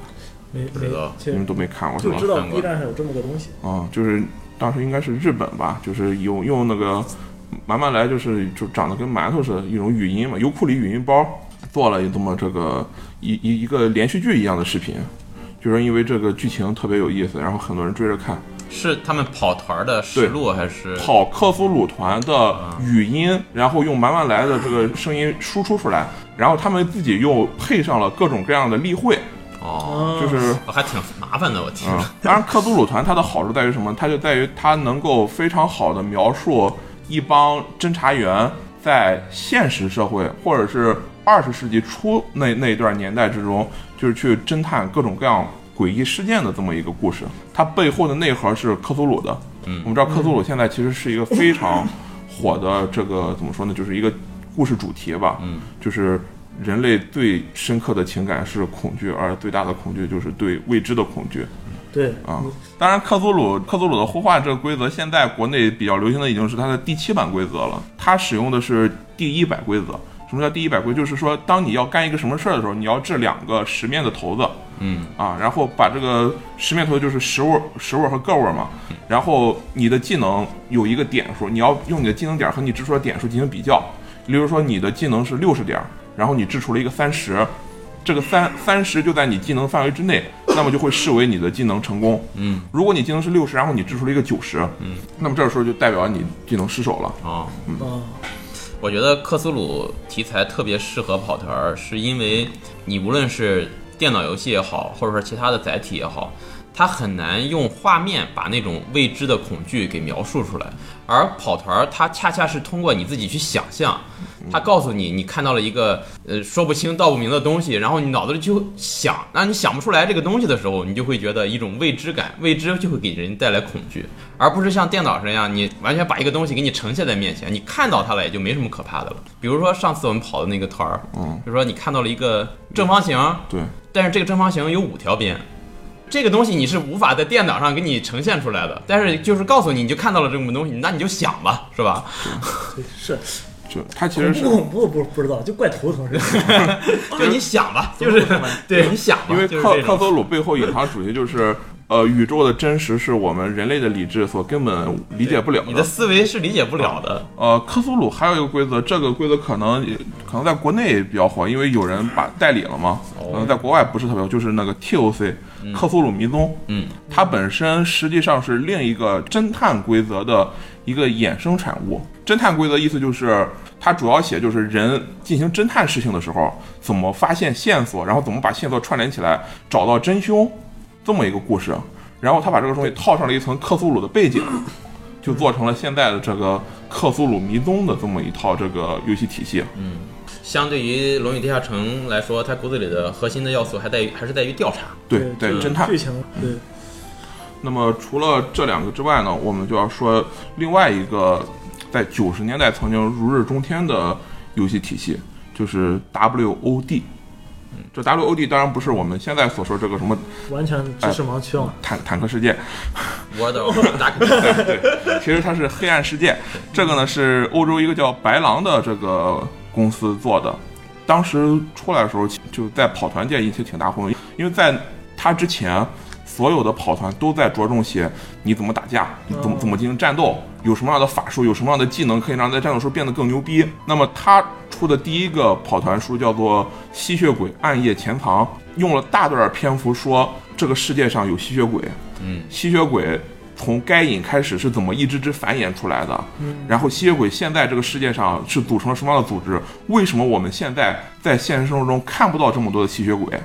[SPEAKER 3] 没
[SPEAKER 1] 知
[SPEAKER 3] 没
[SPEAKER 1] 道，
[SPEAKER 3] 其
[SPEAKER 2] 你
[SPEAKER 3] 实
[SPEAKER 2] 们都没嗯看过是
[SPEAKER 3] 就
[SPEAKER 2] 吧
[SPEAKER 3] 知？道
[SPEAKER 1] 看过
[SPEAKER 3] B 站上有这么个东西，
[SPEAKER 2] 啊、就是当时应该是日本吧，就是有用那个慢慢来，就是就长得跟馒头似的一种语音嘛，优酷里语音包做了这么这个一一一个连续剧一样的视频，就是因为这个剧情特别有意思，然后很多人追着看。
[SPEAKER 1] 是他们跑团的实录还是？
[SPEAKER 2] 跑克苏鲁团的语音，然后用慢慢来的这个声音输出出来，然后他们自己又配上了各种各样的例会，
[SPEAKER 1] 哦，
[SPEAKER 3] 就
[SPEAKER 2] 就是
[SPEAKER 1] 还挺麻烦的，我听
[SPEAKER 2] 嗯
[SPEAKER 1] 着。，
[SPEAKER 2] 当然，克苏鲁团它的好处在于什么？它就在于它能够非常好的描述一帮侦查员在现实社会或者是二十世纪初那那一段年代之中，就是去侦探各种各样诡异事件的这么一个故事。它背后的内核是克苏鲁的。
[SPEAKER 1] 嗯
[SPEAKER 2] 我们知道克苏鲁现在其实是一个非常火的这个怎么说呢？就是一个故事主题吧。
[SPEAKER 1] 嗯，
[SPEAKER 2] 就是人类最深刻的情感是恐惧，而最大的恐惧就是对未知的恐惧。
[SPEAKER 3] 对
[SPEAKER 2] 啊
[SPEAKER 3] 你
[SPEAKER 2] 当然，克苏鲁克苏鲁的呼唤这个规则，现在国内比较流行的已经是它的第七版规则了。它使用的是第一百规则。什么叫第一百规？就是说，当你要干一个什么事儿的时候，你要掷两个十面的骰子
[SPEAKER 1] 嗯，
[SPEAKER 2] 啊，然后把这个十面骰子就是十味、十味和个味嘛。然后你的技能有一个点数，你要用你的技能点和你掷出的点数进行比较。例如说，你的技能是六十点，然后你掷出了一个三十，这个三三十就在你技能范围之内，那么就会视为你的技能成功。
[SPEAKER 1] 嗯，
[SPEAKER 2] 如果你技能是六十，然后你掷出了一个九十，嗯，那么这时候就代表你技能失手了。
[SPEAKER 1] 哦，
[SPEAKER 3] 啊，
[SPEAKER 1] 我觉得克苏鲁题材特别适合跑团儿，是因为你无论是电脑游戏也好，或者说其他的载体也好，它很难用画面把那种未知的恐惧给描述出来，而跑团儿它恰恰是通过你自己去想象，它告诉你你看到了一个呃说不清道不明的东西，然后你脑子里就想，那你想不出来这个东西的时候，你就会觉得一种未知感，未知就会给人带来恐惧，而不是像电脑上一样，你完全把一个东西给你呈现在面前，你看到它了也就没什么可怕的了。比如说上次我们跑的那个团儿，
[SPEAKER 2] 嗯，
[SPEAKER 1] 就是说你看到了一个正方形，
[SPEAKER 2] 对，
[SPEAKER 1] 但是这个正方形有五条边，这个东西你是无法在电脑上给你呈现出来的。但是就是告诉你，你就看到了这么东西，那你就想吧，是吧？
[SPEAKER 3] 对是
[SPEAKER 2] 就它其
[SPEAKER 3] 恐
[SPEAKER 2] 实是
[SPEAKER 3] 不恐怖不不知道，就怪头疼是吧？
[SPEAKER 1] 就你想吧，就是
[SPEAKER 3] 怎么会
[SPEAKER 1] 对你想吧，
[SPEAKER 3] 啊
[SPEAKER 2] 因为
[SPEAKER 1] 就是
[SPEAKER 2] 克
[SPEAKER 1] 这
[SPEAKER 2] 克
[SPEAKER 1] 种。嗯
[SPEAKER 2] 苏鲁背后隐藏主题就是，呃，宇宙的真实是我们人类的理智所根本理解不了
[SPEAKER 1] 你的思维是理解不了的，
[SPEAKER 2] 呃，克苏鲁还有一个规则，这个规则可能也可能在国内比较火，因为有人把代理了嘛。
[SPEAKER 1] 哦
[SPEAKER 2] 嗯，在国外不是特别火，就是那个 TOC，克苏鲁迷踪。
[SPEAKER 1] 嗯，
[SPEAKER 2] 它本身实际上是另一个侦探规则的一个衍生产物。侦探规则意思就是，它主要写就是人进行侦探事情的时候，怎么发现线索，然后怎么把线索串联起来，找到真凶，这么一个故事。然后他把这个东西套上了一层克苏鲁的背景，就做成了现在的这个克苏鲁迷踪的这么一套这个游戏体系。
[SPEAKER 1] 相对于《龙与地下城》来说，它骨子里的核心的要素还在于还是在于调查。
[SPEAKER 2] 对对，
[SPEAKER 3] 就是
[SPEAKER 2] 侦探
[SPEAKER 3] 剧。情对
[SPEAKER 2] 那么除了这两个之外呢，我们就要说另外一个在九十年代曾经如日中天的游戏体系，就是 WOD。这嗯 WOD 当然不是我们现在所说这个什么
[SPEAKER 3] 完全知识盲区嘛。
[SPEAKER 2] 坦坦克世界，
[SPEAKER 1] World of Darkness，
[SPEAKER 2] 其实它是黑暗世界。这个呢是欧洲一个叫白狼的这个公司做的，当时出来的时候就在跑团界引起挺大轰动，因为在它之前，所有的跑团都在着重写你怎么打架，你怎么
[SPEAKER 3] 哦
[SPEAKER 2] 怎么进行战斗，有什么样的法术，有什么样的技能可以让在战斗时候变得更牛逼。那么他出的第一个跑团书叫做《吸血鬼暗夜潜藏》，用了大段篇幅说这个世界上有吸血鬼，
[SPEAKER 1] 嗯，
[SPEAKER 2] 吸血鬼从该隐开始是怎么一只只繁衍出来的，然后吸血鬼现在这个世界上是组成了什么样的组织？为什么我们现在在现实生活中看不到这么多的吸血鬼？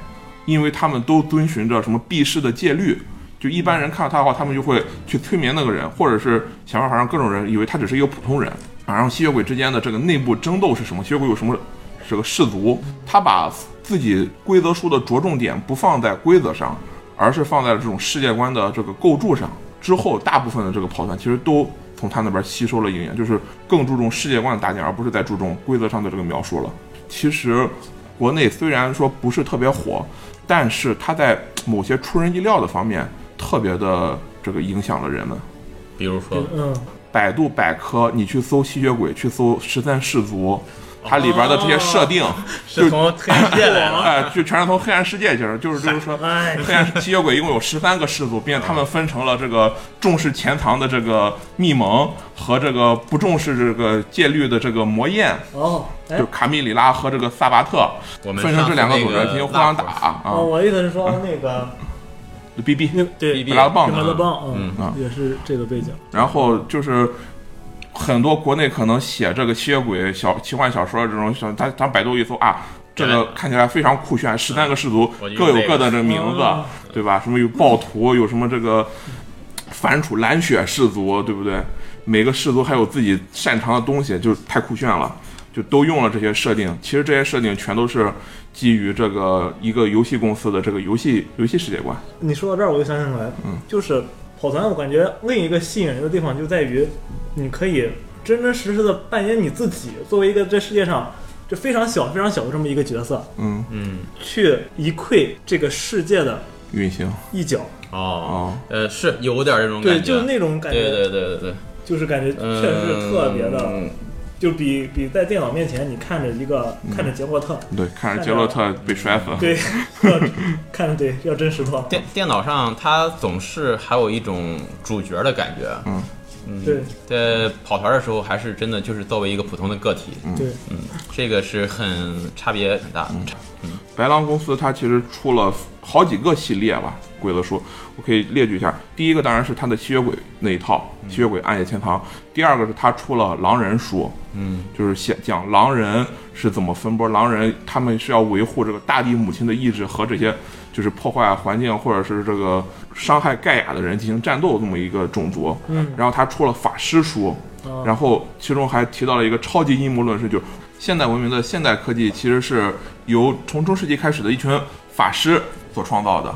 [SPEAKER 2] 因为他们都遵循着什么避世的戒律。就一般人看到他的话，他们就会去催眠那个人，或者是想办法让各种人以为他只是一个普通人。啊，然后吸血鬼之间的这个内部争斗是什么？吸血鬼有什么这个氏族？他把自己规则书的着重点不放在规则上，而是放在了这种世界观的这个构筑上。之后，大部分的这个跑团其实都从他那边吸收了影响，就是更注重世界观的搭建，而不是在注重规则上的这个描述了。其实，国内虽然说不是特别火，但是它在某些出人意料的方面特别的这个影响了人们。
[SPEAKER 1] 比如说，
[SPEAKER 3] 嗯，
[SPEAKER 2] 百度百科，你去搜吸血鬼，去搜十三氏族，它里边的这些设定，
[SPEAKER 1] 是从黑暗世界来的。
[SPEAKER 2] 哎，就全是从黑暗世界去的，就是就是说，
[SPEAKER 3] 哎，
[SPEAKER 2] 黑暗吸血鬼一共有十三个氏族，并且他们分成了这个重视潜藏的这个密盟和这个不重视这个戒律的这个魔焰，
[SPEAKER 3] 哦，哎
[SPEAKER 2] 就，卡米里拉和这个萨巴特
[SPEAKER 1] 我们
[SPEAKER 2] 分成这两个组织
[SPEAKER 1] 上次那
[SPEAKER 2] 进行互相打
[SPEAKER 1] Lab
[SPEAKER 3] 哦，
[SPEAKER 2] 啊
[SPEAKER 3] 我意思是说那个
[SPEAKER 2] ，B B
[SPEAKER 3] 那对
[SPEAKER 1] BB
[SPEAKER 2] 布拉棒
[SPEAKER 3] 什么的棒，
[SPEAKER 1] 嗯
[SPEAKER 2] 啊
[SPEAKER 3] 嗯，也是这个背景。
[SPEAKER 2] 然后就是很多国内可能写这个吸血鬼小奇幻小说的这种小，他他百度一搜啊，这个看起来非常酷炫，十三个氏族
[SPEAKER 1] 我就
[SPEAKER 2] 各有
[SPEAKER 1] 用这
[SPEAKER 2] 各
[SPEAKER 1] 个
[SPEAKER 2] 的这个名
[SPEAKER 3] 哦
[SPEAKER 2] 字，对吧？什么有暴徒，有什么这个反楚蓝血氏族，对不对？每个氏族还有自己擅长的东西，就太酷炫了。就都用了这些设定，其实这些设定全都是基于这个一个游戏公司的这个游戏游戏世界观。
[SPEAKER 3] 你说到这儿，我就想起来，
[SPEAKER 2] 嗯
[SPEAKER 3] 就是跑团，我感觉另一个吸引人的地方就在于，你可以真真实实的扮演你自己，作为一个这世界上这非常小、非常小的这么一个角色，
[SPEAKER 2] 嗯，
[SPEAKER 1] 嗯，
[SPEAKER 3] 去一窥这个世界的
[SPEAKER 2] 运行
[SPEAKER 3] 一角。
[SPEAKER 1] 哦，
[SPEAKER 2] 哦，
[SPEAKER 1] 呃，是有点这种感
[SPEAKER 3] 对，
[SPEAKER 1] 觉，
[SPEAKER 3] 就是那种感觉，
[SPEAKER 1] 对对对对对，
[SPEAKER 3] 就是感觉确
[SPEAKER 1] 嗯，
[SPEAKER 3] 实是特别的，
[SPEAKER 1] 嗯
[SPEAKER 3] 就比比在电脑面前你看着一个、
[SPEAKER 1] 嗯
[SPEAKER 3] 看着杰洛特，
[SPEAKER 2] 对，看着杰洛特被摔死了。
[SPEAKER 3] 对，要看着对要真实多，
[SPEAKER 1] 电电脑上它总是还有一种主角的感觉。
[SPEAKER 2] 嗯
[SPEAKER 3] 对
[SPEAKER 1] 在跑团的时候，还是真的就是作为一个普通的个体，
[SPEAKER 3] 对，
[SPEAKER 1] 这个是很差别很大。
[SPEAKER 2] 白狼公司它其实出了好几个系列吧，规则书，我可以列举一下。第一个当然是它的吸血鬼那一套，吸血鬼暗夜潜藏。第二个是它出了狼人书，
[SPEAKER 1] 嗯，
[SPEAKER 2] 就是讲讲狼人是怎么分拨，狼人他们是要维护这个大地母亲的意志和这些就是破坏环境或者是这个伤害盖亚的人进行战斗这么一个种族。
[SPEAKER 3] 嗯
[SPEAKER 2] 然后他出了法师书，
[SPEAKER 3] 啊
[SPEAKER 2] 然后其中还提到了一个超级阴谋论，是就是现代文明的现代科技其实是由从中世纪开始的一群法师所创造的，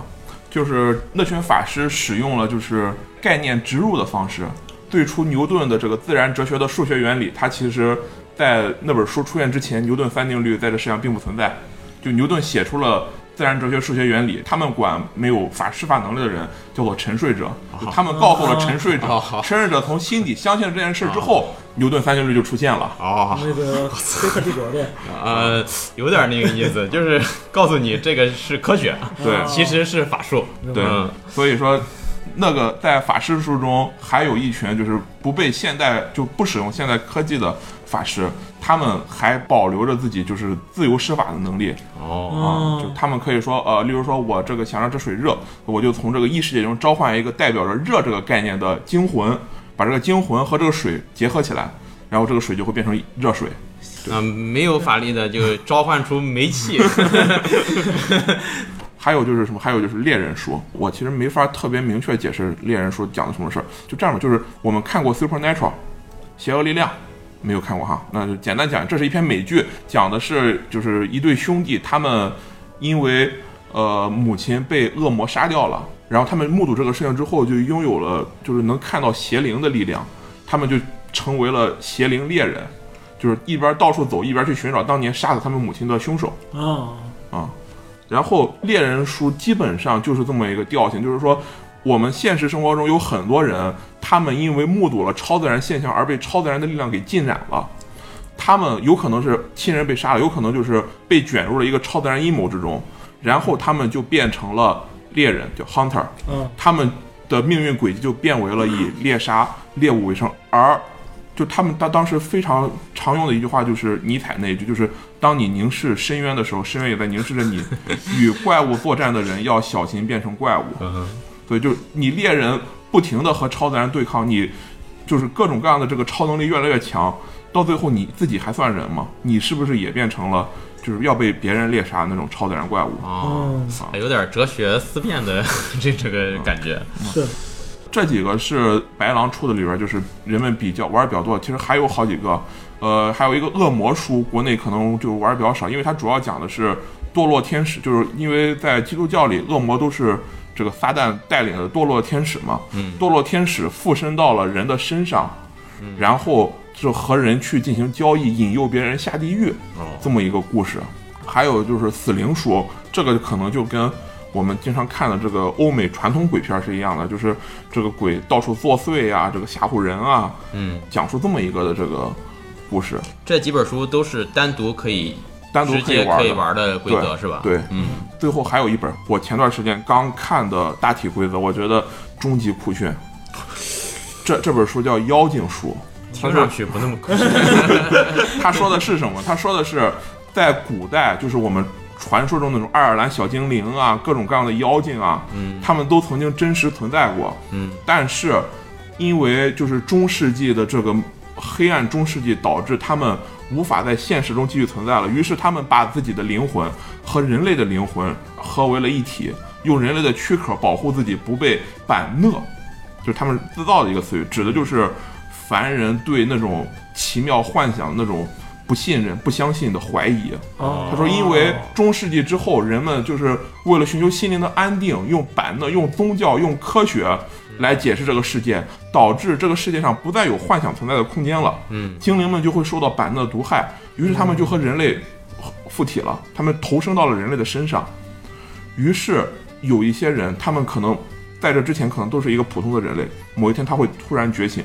[SPEAKER 2] 就是那群法师使用了就是概念植入的方式。最初牛顿的这个自然哲学的数学原理，它其实在那本书出现之前，牛顿三定律在这世上并不存在。就牛顿写出了自然哲学、数学原理，他们管没有法施法能力的人叫做沉睡者，就他们告诉了沉睡者
[SPEAKER 1] 哦好，
[SPEAKER 2] 沉睡者从心底相信了这件事之后，牛顿三定律就出现了。
[SPEAKER 1] 哦，
[SPEAKER 3] 那个《黑客帝国》的，
[SPEAKER 1] 呃，有点那个意思，就是告诉你这个是科学，
[SPEAKER 2] 对
[SPEAKER 3] 啊
[SPEAKER 1] 其实是法术。
[SPEAKER 2] 对
[SPEAKER 1] 嗯，
[SPEAKER 2] 所以说。那个在法师书中还有一群就是不被现代就不使用现代科技的法师，他们还保留着自己就是自由施法的能力，
[SPEAKER 1] 哦，
[SPEAKER 2] 啊，
[SPEAKER 3] 哦
[SPEAKER 2] 就他们可以说，呃，例如说我这个想让这水热，我就从这个异世界中召唤一个代表着热这个概念的精魂，把这个精魂和这个水结合起来，然后这个水就会变成热水。
[SPEAKER 1] 啊、没有法力的就召唤出煤气。
[SPEAKER 2] 还有就是什么？还有就是猎人书，我其实没法特别明确解释猎人书讲的什么事儿。就这样吧，就是我们看过《Supernatural》，邪恶力量，没有看过哈。那就简单讲，这是一篇美剧，讲的是就是一对兄弟，他们因为呃母亲被恶魔杀掉了，然后他们目睹这个事情之后，就拥有了就是能看到邪灵的力量，他们就成为了邪灵猎人，就是一边到处走，一边去寻找当年杀死他们母亲的凶手。
[SPEAKER 3] 啊，
[SPEAKER 2] 然后猎人书基本上就是这么一个调性，就是说我们现实生活中有很多人，他们因为目睹了超自然现象而被超自然的力量给浸染了。他们有可能是亲人被杀了，有可能就是被卷入了一个超自然阴谋之中，然后他们就变成了猎人，叫 hunter，
[SPEAKER 3] 嗯
[SPEAKER 2] 他们的命运轨迹就变为了以猎杀猎物为生，而就他们当当时非常常用的一句话就是尼采那一句，就是当你凝视深渊的时候，深渊也在凝视着你。与怪物作战的人要小心变成怪物，
[SPEAKER 1] 嗯
[SPEAKER 2] 所以就是你猎人不停的和超自然对抗，你就是各种各样的这个超能力越来越强，到最后你自己还算人吗？你是不是也变成了就是要被别人猎杀那种超自然怪物？
[SPEAKER 1] 哦，
[SPEAKER 3] 嗯，
[SPEAKER 2] 啊
[SPEAKER 1] 有点哲学思辨的这这个感觉。
[SPEAKER 3] 是
[SPEAKER 2] 这几个是白狼出的里边，就是人们比较玩儿比较多的。其实还有好几个，呃，还有一个恶魔书，国内可能就玩儿比较少，因为它主要讲的是堕落天使，就是因为在基督教里，恶魔都是这个撒旦带领的堕落天使嘛。
[SPEAKER 1] 嗯
[SPEAKER 2] 堕落天使附身到了人的身上，然后就和人去进行交易，引诱别人下地狱。
[SPEAKER 1] 哦，
[SPEAKER 2] 这么一个故事。还有就是死灵书，这个可能就跟我们经常看的这个欧美传统鬼片是一样的，就是这个鬼到处作祟啊，这个吓唬人啊，
[SPEAKER 1] 嗯，
[SPEAKER 2] 讲述这么一个的这个故事，
[SPEAKER 1] 这几本书都是单独可以
[SPEAKER 2] 单独
[SPEAKER 1] 直
[SPEAKER 2] 可以
[SPEAKER 1] 接
[SPEAKER 2] 玩
[SPEAKER 1] 可
[SPEAKER 2] 的。
[SPEAKER 1] 以玩的规则是吧？，
[SPEAKER 2] 对，
[SPEAKER 1] 嗯，
[SPEAKER 2] 最后还有一本我前段时间刚看的《大体规则》，我觉得终极酷炫。这这本书叫《妖精书》，
[SPEAKER 1] 听上去不那么科学。
[SPEAKER 2] 他说的是什么？他说的是，在古代，就是我们传说中那种爱尔兰小精灵啊，各种各样的妖精啊，
[SPEAKER 1] 嗯
[SPEAKER 2] 他们都曾经真实存在过。
[SPEAKER 1] 嗯，
[SPEAKER 2] 但是因为就是中世纪的这个黑暗中世纪，导致他们无法在现实中继续存在了。于是他们把自己的灵魂和人类的灵魂合为了一体，用人类的躯壳保护自己不被板讷，就是他们自造的一个词语，指的就是凡人对那种奇妙幻想的那种不信任、不相信的怀疑。
[SPEAKER 3] 啊，
[SPEAKER 2] 他说，因为
[SPEAKER 1] 哦
[SPEAKER 2] 中世纪之后，人们就是为了寻求心灵的安定，用板的、用宗教、用科学来解释这个世界，导致这个世界上不再有幻想存在的空间了。
[SPEAKER 1] 嗯，
[SPEAKER 2] 精灵们就会受到板的毒害，于是他们就和人类附体了，他们投生到了人类的身上。于是有一些人，他们可能在这之前可能都是一个普通的人类，某一天他会突然觉醒，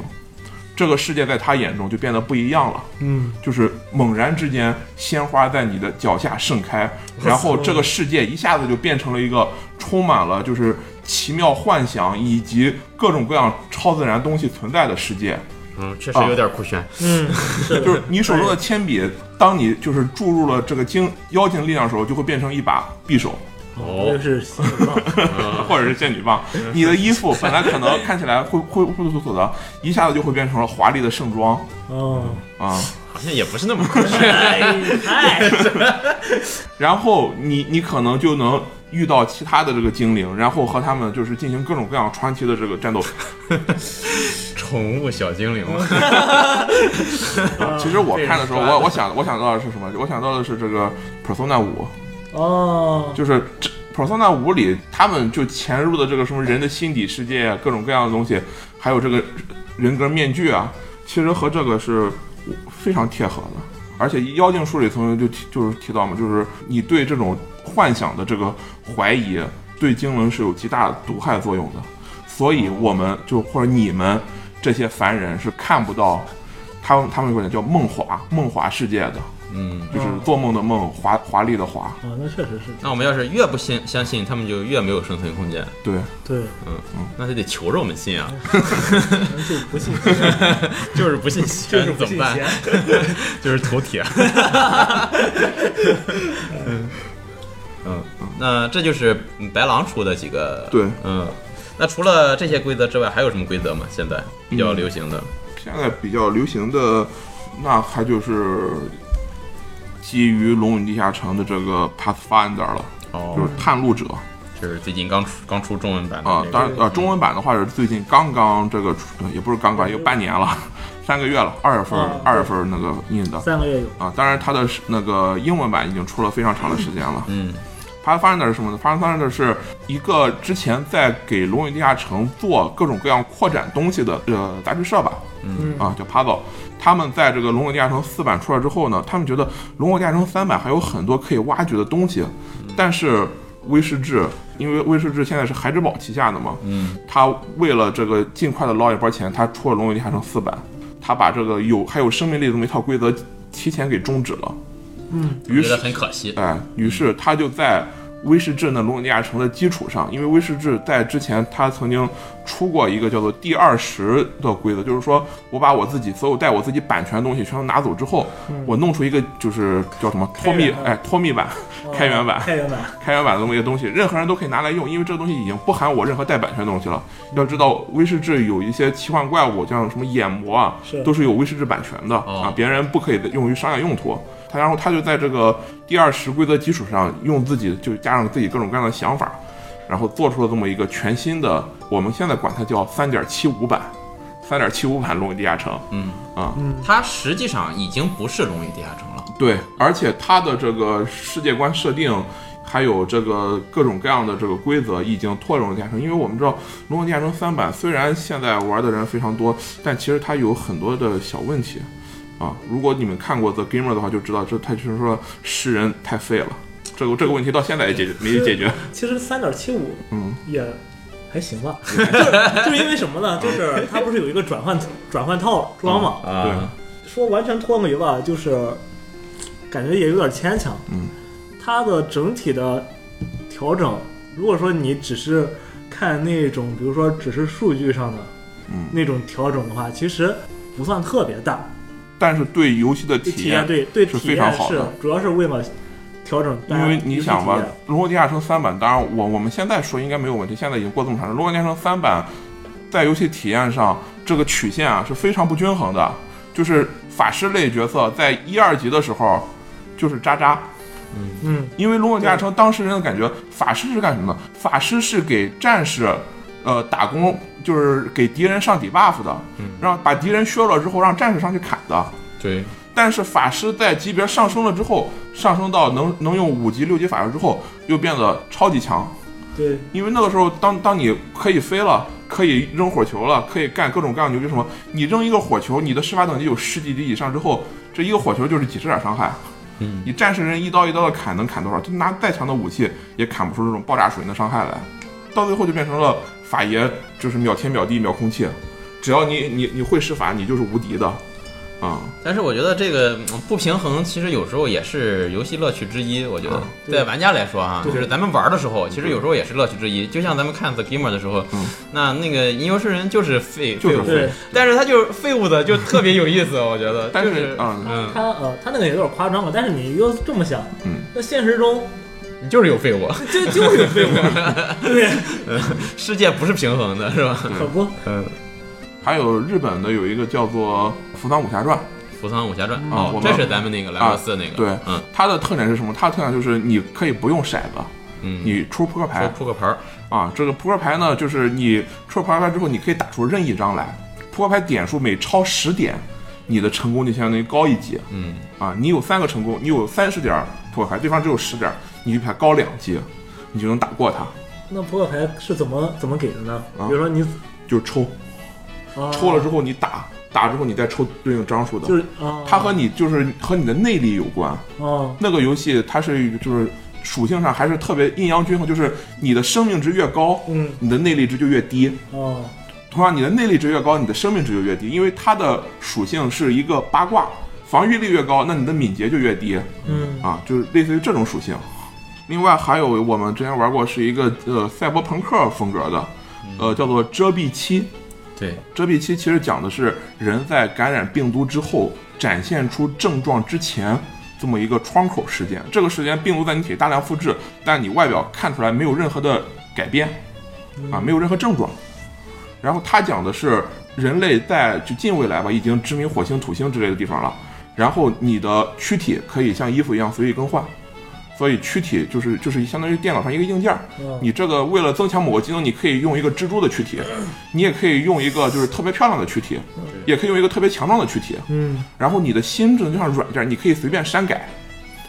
[SPEAKER 2] 这个世界在他眼中就变得不一样了。
[SPEAKER 3] 嗯，
[SPEAKER 2] 就是猛然之间，鲜花在你的脚下盛开，然后这个世界一下子就变成了一个充满了就是奇妙幻想以及各种各样超自然东西存在的世界。
[SPEAKER 1] 嗯，确实有点酷炫。
[SPEAKER 3] 嗯，是
[SPEAKER 2] 就
[SPEAKER 3] 的，
[SPEAKER 2] 是你手中的铅笔，当你就是注入了这个精妖精力量的时候，就会变成一把匕首。
[SPEAKER 1] 哦
[SPEAKER 3] 这个是新的棒，
[SPEAKER 2] 或者是仙女棒，你的衣服本来可能看起来灰灰灰土土的，一下子就会变成了华丽的盛装
[SPEAKER 3] 哦，
[SPEAKER 2] 啊、
[SPEAKER 1] 好像也不是那 么科学。
[SPEAKER 3] 哎，哎
[SPEAKER 2] 然后你你可能就能遇到其他的这个精灵，然后和他们就是进行各种各样传奇的这个战斗。
[SPEAKER 1] 宠物小精灵，
[SPEAKER 2] 其实我看的时候，
[SPEAKER 1] 这个是
[SPEAKER 2] 我我想我想到的是什么？我想到的是这个 Persona 五，
[SPEAKER 3] 哦，
[SPEAKER 2] 就是这 Persona 五里他们就潜入的这个什么人的心底世界啊，各种各样的东西，还有这个人格面具啊，其实和这个是非常贴合的。而且《妖精书》里曾经就提就是提到嘛，就是你对这种幻想的这个怀疑，对精灵是有极大的毒害作用的。所以我们就或者你们这些凡人是看不到他们他们管叫梦华梦华世界的，
[SPEAKER 1] 嗯，
[SPEAKER 2] 就是做梦的梦，华华丽的华。
[SPEAKER 3] 啊，那确实是，
[SPEAKER 1] 那我们要是越不信相信，他们就越没有生存空间，
[SPEAKER 2] 对，
[SPEAKER 3] 对，
[SPEAKER 1] 那就得求着我们信啊，
[SPEAKER 3] 咱就 不信，
[SPEAKER 1] 就是不信
[SPEAKER 3] 就
[SPEAKER 1] 邪
[SPEAKER 3] 是不
[SPEAKER 1] 怎么
[SPEAKER 3] 信
[SPEAKER 1] 办
[SPEAKER 3] 邪？。
[SPEAKER 1] 就是头铁。嗯，那这就是白狼出的几个
[SPEAKER 2] 对
[SPEAKER 1] 嗯，那除了这些规则之外，还有什么规则吗？现在比
[SPEAKER 2] 嗯
[SPEAKER 1] 较流行的，
[SPEAKER 2] 现在比较流行的，那还就是基于《龙与地下城》的这个 Pathfinder 了，就
[SPEAKER 1] 哦
[SPEAKER 2] 是，探路者
[SPEAKER 1] 就是最近刚出刚出中文版的
[SPEAKER 2] 啊、
[SPEAKER 1] 那个
[SPEAKER 2] 当然，呃，中文版的话是最近刚刚这个出，呃也不是刚刚，有半年了， 三个月了，二月份
[SPEAKER 1] 哦
[SPEAKER 3] 啊
[SPEAKER 2] 二月份那个印的
[SPEAKER 3] 三个月有，
[SPEAKER 2] 啊。当然，它的是那个英文版已经出了非常长的时间了。
[SPEAKER 1] 嗯
[SPEAKER 2] Pathfinder 是什么呢？Pathfinder 是一个之前在给《龙与地下城》做各种各样扩展东西的呃杂志社吧，
[SPEAKER 3] 嗯
[SPEAKER 2] 啊，叫 Puzzle。他们在这个《龙与地下城》四版出来之后呢，他们觉得《龙与地下城》三版还有很多可以挖掘的东西，
[SPEAKER 3] 嗯
[SPEAKER 2] 但是威士忌，因为威士忌现在是孩之宝旗下的嘛，
[SPEAKER 1] 嗯，
[SPEAKER 2] 他为了这个尽快的捞一波钱，他出了《龙与地下城》四版，他把这个有还有生命力的这么一套规则提前给终止了，
[SPEAKER 3] 嗯，
[SPEAKER 1] 我
[SPEAKER 2] 于
[SPEAKER 1] 觉
[SPEAKER 2] 是
[SPEAKER 1] 得很可惜。
[SPEAKER 2] 哎，于是他就在威士忌那《龙与地下城》的基础上，因为威士忌在之前他曾经出过一个叫做“第二十”的规则，就是说我把我自己所有带我自己版权的东西全都拿走之后，我弄出一个就是叫什么脱密
[SPEAKER 3] 嗯开源版
[SPEAKER 2] 哎脱密版、开源版、
[SPEAKER 3] 嗯哦开源版，
[SPEAKER 2] 开源版的这么一个东西，任何人都可以拿来用，因为这个东西已经不含我任何带版权的东西了。要知道，威士忌有一些奇幻怪物，像什么眼魔啊，
[SPEAKER 3] 是
[SPEAKER 2] 都是有威士忌版权的、
[SPEAKER 1] 哦
[SPEAKER 2] 啊，别人不可以用于商业用途。他然后他就在这个第二十规则基础上，用自己就加上自己各种各样的想法，然后做出了这么一个全新的，我们现在管它叫三点七五版，三点七五版《龙与地下城》。
[SPEAKER 1] 嗯
[SPEAKER 2] 啊，
[SPEAKER 1] 它实际上已经不是《龙与地下城》了，
[SPEAKER 2] 对，而且它的这个世界观设定，还有这个各种各样的这个规则，已经脱离了地下城。因为我们知道《龙与地下城》三版虽然现在玩的人非常多，但其实它有很多的小问题啊。如果你们看过《The Gamer》的话，就知道这它就是说诗人太废了。这个这个问题到现在也解决没解决，
[SPEAKER 3] 其实三点七五
[SPEAKER 2] 嗯，
[SPEAKER 3] 也还行吧，就是就是因为什么呢？就是它不是有一个转换转换套装嘛，
[SPEAKER 1] 啊，
[SPEAKER 3] 说完全脱离吧，就是感觉也有点牵强。
[SPEAKER 2] 嗯，
[SPEAKER 3] 它的整体的调整，如果说你只是看那种，比如说只是数据上的
[SPEAKER 2] 嗯
[SPEAKER 3] 那种调整的话，其实不算特别大。
[SPEAKER 2] 但是对游戏的体
[SPEAKER 3] 体
[SPEAKER 2] 验
[SPEAKER 3] 验对对
[SPEAKER 2] 是
[SPEAKER 3] 体
[SPEAKER 2] 非常
[SPEAKER 3] 验
[SPEAKER 2] 好
[SPEAKER 3] 是
[SPEAKER 2] 的
[SPEAKER 3] 主要是为了调整大家
[SPEAKER 2] 因
[SPEAKER 3] 啊游戏
[SPEAKER 2] 为
[SPEAKER 3] 体验，
[SPEAKER 2] 你想吧，《龙与地下城》三版，当然我我们现在说应该没有问题，现在已经过这么长时间，《龙与地下城》三版在游戏体验上这个曲线啊是非常不均衡的，就是法师类角色在一二级的时候就是渣渣，
[SPEAKER 3] 嗯，
[SPEAKER 2] 因为《龙与地下城》当事人的感觉，法师是干什么的？法师是给战士，呃，打工，就是给敌人上底 buff 的，
[SPEAKER 3] 嗯
[SPEAKER 2] 让把敌人削弱之后，让战士上去砍的。
[SPEAKER 1] 对，
[SPEAKER 2] 但是法师在级别上升了之后，上升到能能用五级、六级法术之后，又变得超级强。
[SPEAKER 3] 对，
[SPEAKER 2] 因为那个时候，当当你可以飞了，可以扔火球了，可以干各种各样的牛逼什么，你扔一个火球，你的施法等级有十几级以上之后，这一个火球就是几十点伤害。
[SPEAKER 1] 嗯，
[SPEAKER 2] 你战士人一刀一刀的砍能砍多少？就拿再强的武器也砍不出这种爆炸水银的伤害来。到最后就变成了法爷，就是秒天秒地秒空气，只要你你你会施法，你就是无敌的。啊、
[SPEAKER 1] 但是我觉得这个嗯不平衡，其实有时候也是游戏乐趣之一。我觉得
[SPEAKER 2] 啊
[SPEAKER 3] 对
[SPEAKER 1] 在玩家来说啊，
[SPEAKER 3] 对
[SPEAKER 1] 就是咱们玩的时候，其实有时候也是乐趣之一。就像咱们看 The Gamer 的时候
[SPEAKER 2] 嗯，
[SPEAKER 1] 那那个吟游诗人就是废
[SPEAKER 2] 就是
[SPEAKER 1] 废物
[SPEAKER 2] 废，
[SPEAKER 3] 对，
[SPEAKER 1] 但是他就是废物的就特别有意思，我觉得。
[SPEAKER 2] 但
[SPEAKER 1] 就是是
[SPEAKER 2] 嗯
[SPEAKER 1] 嗯，
[SPEAKER 3] 他呃，他那个也有点夸张了，但是你又这么想，
[SPEAKER 2] 嗯，
[SPEAKER 3] 那现实中
[SPEAKER 1] 你就是有废物，
[SPEAKER 3] 这就是有废物，对，
[SPEAKER 1] 世界不是平衡的，是吧？
[SPEAKER 3] 可不，
[SPEAKER 1] 嗯，
[SPEAKER 2] 还有日本的有一个叫做《扶桑武侠传
[SPEAKER 1] 《扶桑武侠传》
[SPEAKER 3] 嗯
[SPEAKER 1] 哦
[SPEAKER 2] 我，们啊
[SPEAKER 1] 这是咱们那个莱博斯那个，
[SPEAKER 2] 对
[SPEAKER 1] 嗯》，
[SPEAKER 3] 嗯
[SPEAKER 2] 它的特点是什么？它的特点就是你可以不用骰子，你出扑克
[SPEAKER 1] 说
[SPEAKER 2] 牌
[SPEAKER 1] 扑克牌儿，
[SPEAKER 2] 啊，这个扑克牌呢，就是你出了扑克牌之后，你可以打出任意一张来，扑克牌点数每超十点，你的成功就相当于高一级。
[SPEAKER 1] 嗯，
[SPEAKER 2] 啊，你有三个成功，你有三十点儿扑克牌，对方只有十点儿，你就比他高两级，你就能打过他，
[SPEAKER 3] 那扑克牌是怎么怎么给的呢？
[SPEAKER 2] 啊
[SPEAKER 3] 比如说你
[SPEAKER 2] 就抽，
[SPEAKER 3] 啊
[SPEAKER 2] 抽了之后你打，打之后你再抽对应张数的。
[SPEAKER 3] 就是啊，
[SPEAKER 2] 它和你就是和你的内力有关。
[SPEAKER 3] 啊
[SPEAKER 2] 那个游戏它是就是属性上还是特别阴阳均衡，就是你的生命值越高，
[SPEAKER 3] 嗯
[SPEAKER 2] 你的内力值就越低。
[SPEAKER 3] 啊
[SPEAKER 2] 同样，你的内力值越高，你的生命值就越低，因为它的属性是一个八卦，防御力越高，那你的敏捷就越低
[SPEAKER 3] 嗯
[SPEAKER 2] 啊，就是类似于这种属性。另外还有我们之前玩过是一个呃赛博朋克风格的，呃叫做遮蔽期。
[SPEAKER 1] 对，
[SPEAKER 2] 遮蔽期其实讲的是人在感染病毒之后展现出症状之前这么一个窗口时间。这个时间病毒在你体内大量复制，但你外表看出来没有任何的改变，啊，没有任何症状。然后他讲的是人类在就近未来吧，已经殖民火星、土星之类的地方了。然后你的躯体可以像衣服一样随意更换，所以躯体就是就是相当于电脑上一个硬件儿。
[SPEAKER 3] 嗯
[SPEAKER 2] 你这个为了增强某个技能，你可以用一个蜘蛛的躯体，你也可以用一个就是特别漂亮的躯体，也可以用一个特别强壮的躯体。
[SPEAKER 3] 嗯
[SPEAKER 2] 然后你的心智就像软件，你可以随便删改。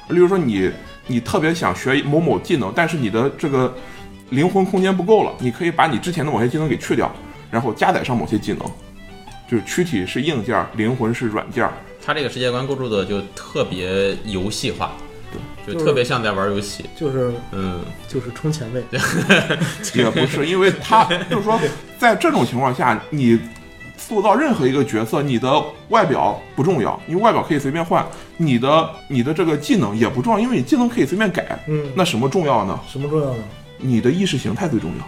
[SPEAKER 2] 例如说你你特别想学某某技能，但是你的这个灵魂空间不够了，你可以把你之前的某些技能给去掉，然后加载上某些技能。就是躯体是硬件，灵魂是软件。
[SPEAKER 1] 它这个世界观构筑的就特别游戏化，就
[SPEAKER 3] 就是
[SPEAKER 1] 特别像在玩游戏。
[SPEAKER 3] 就是
[SPEAKER 1] 嗯，
[SPEAKER 3] 就是充前辈，
[SPEAKER 2] 也不是，因为他就是说，在这种情况下，你塑造任何一个角色，你的外表不重要，因为外表可以随便换，你的你的这个技能也不重要，因为你技能可以随便改。
[SPEAKER 3] 嗯
[SPEAKER 2] 那什么重要呢？
[SPEAKER 3] 什么重要呢？
[SPEAKER 2] 你的意识形态最重要。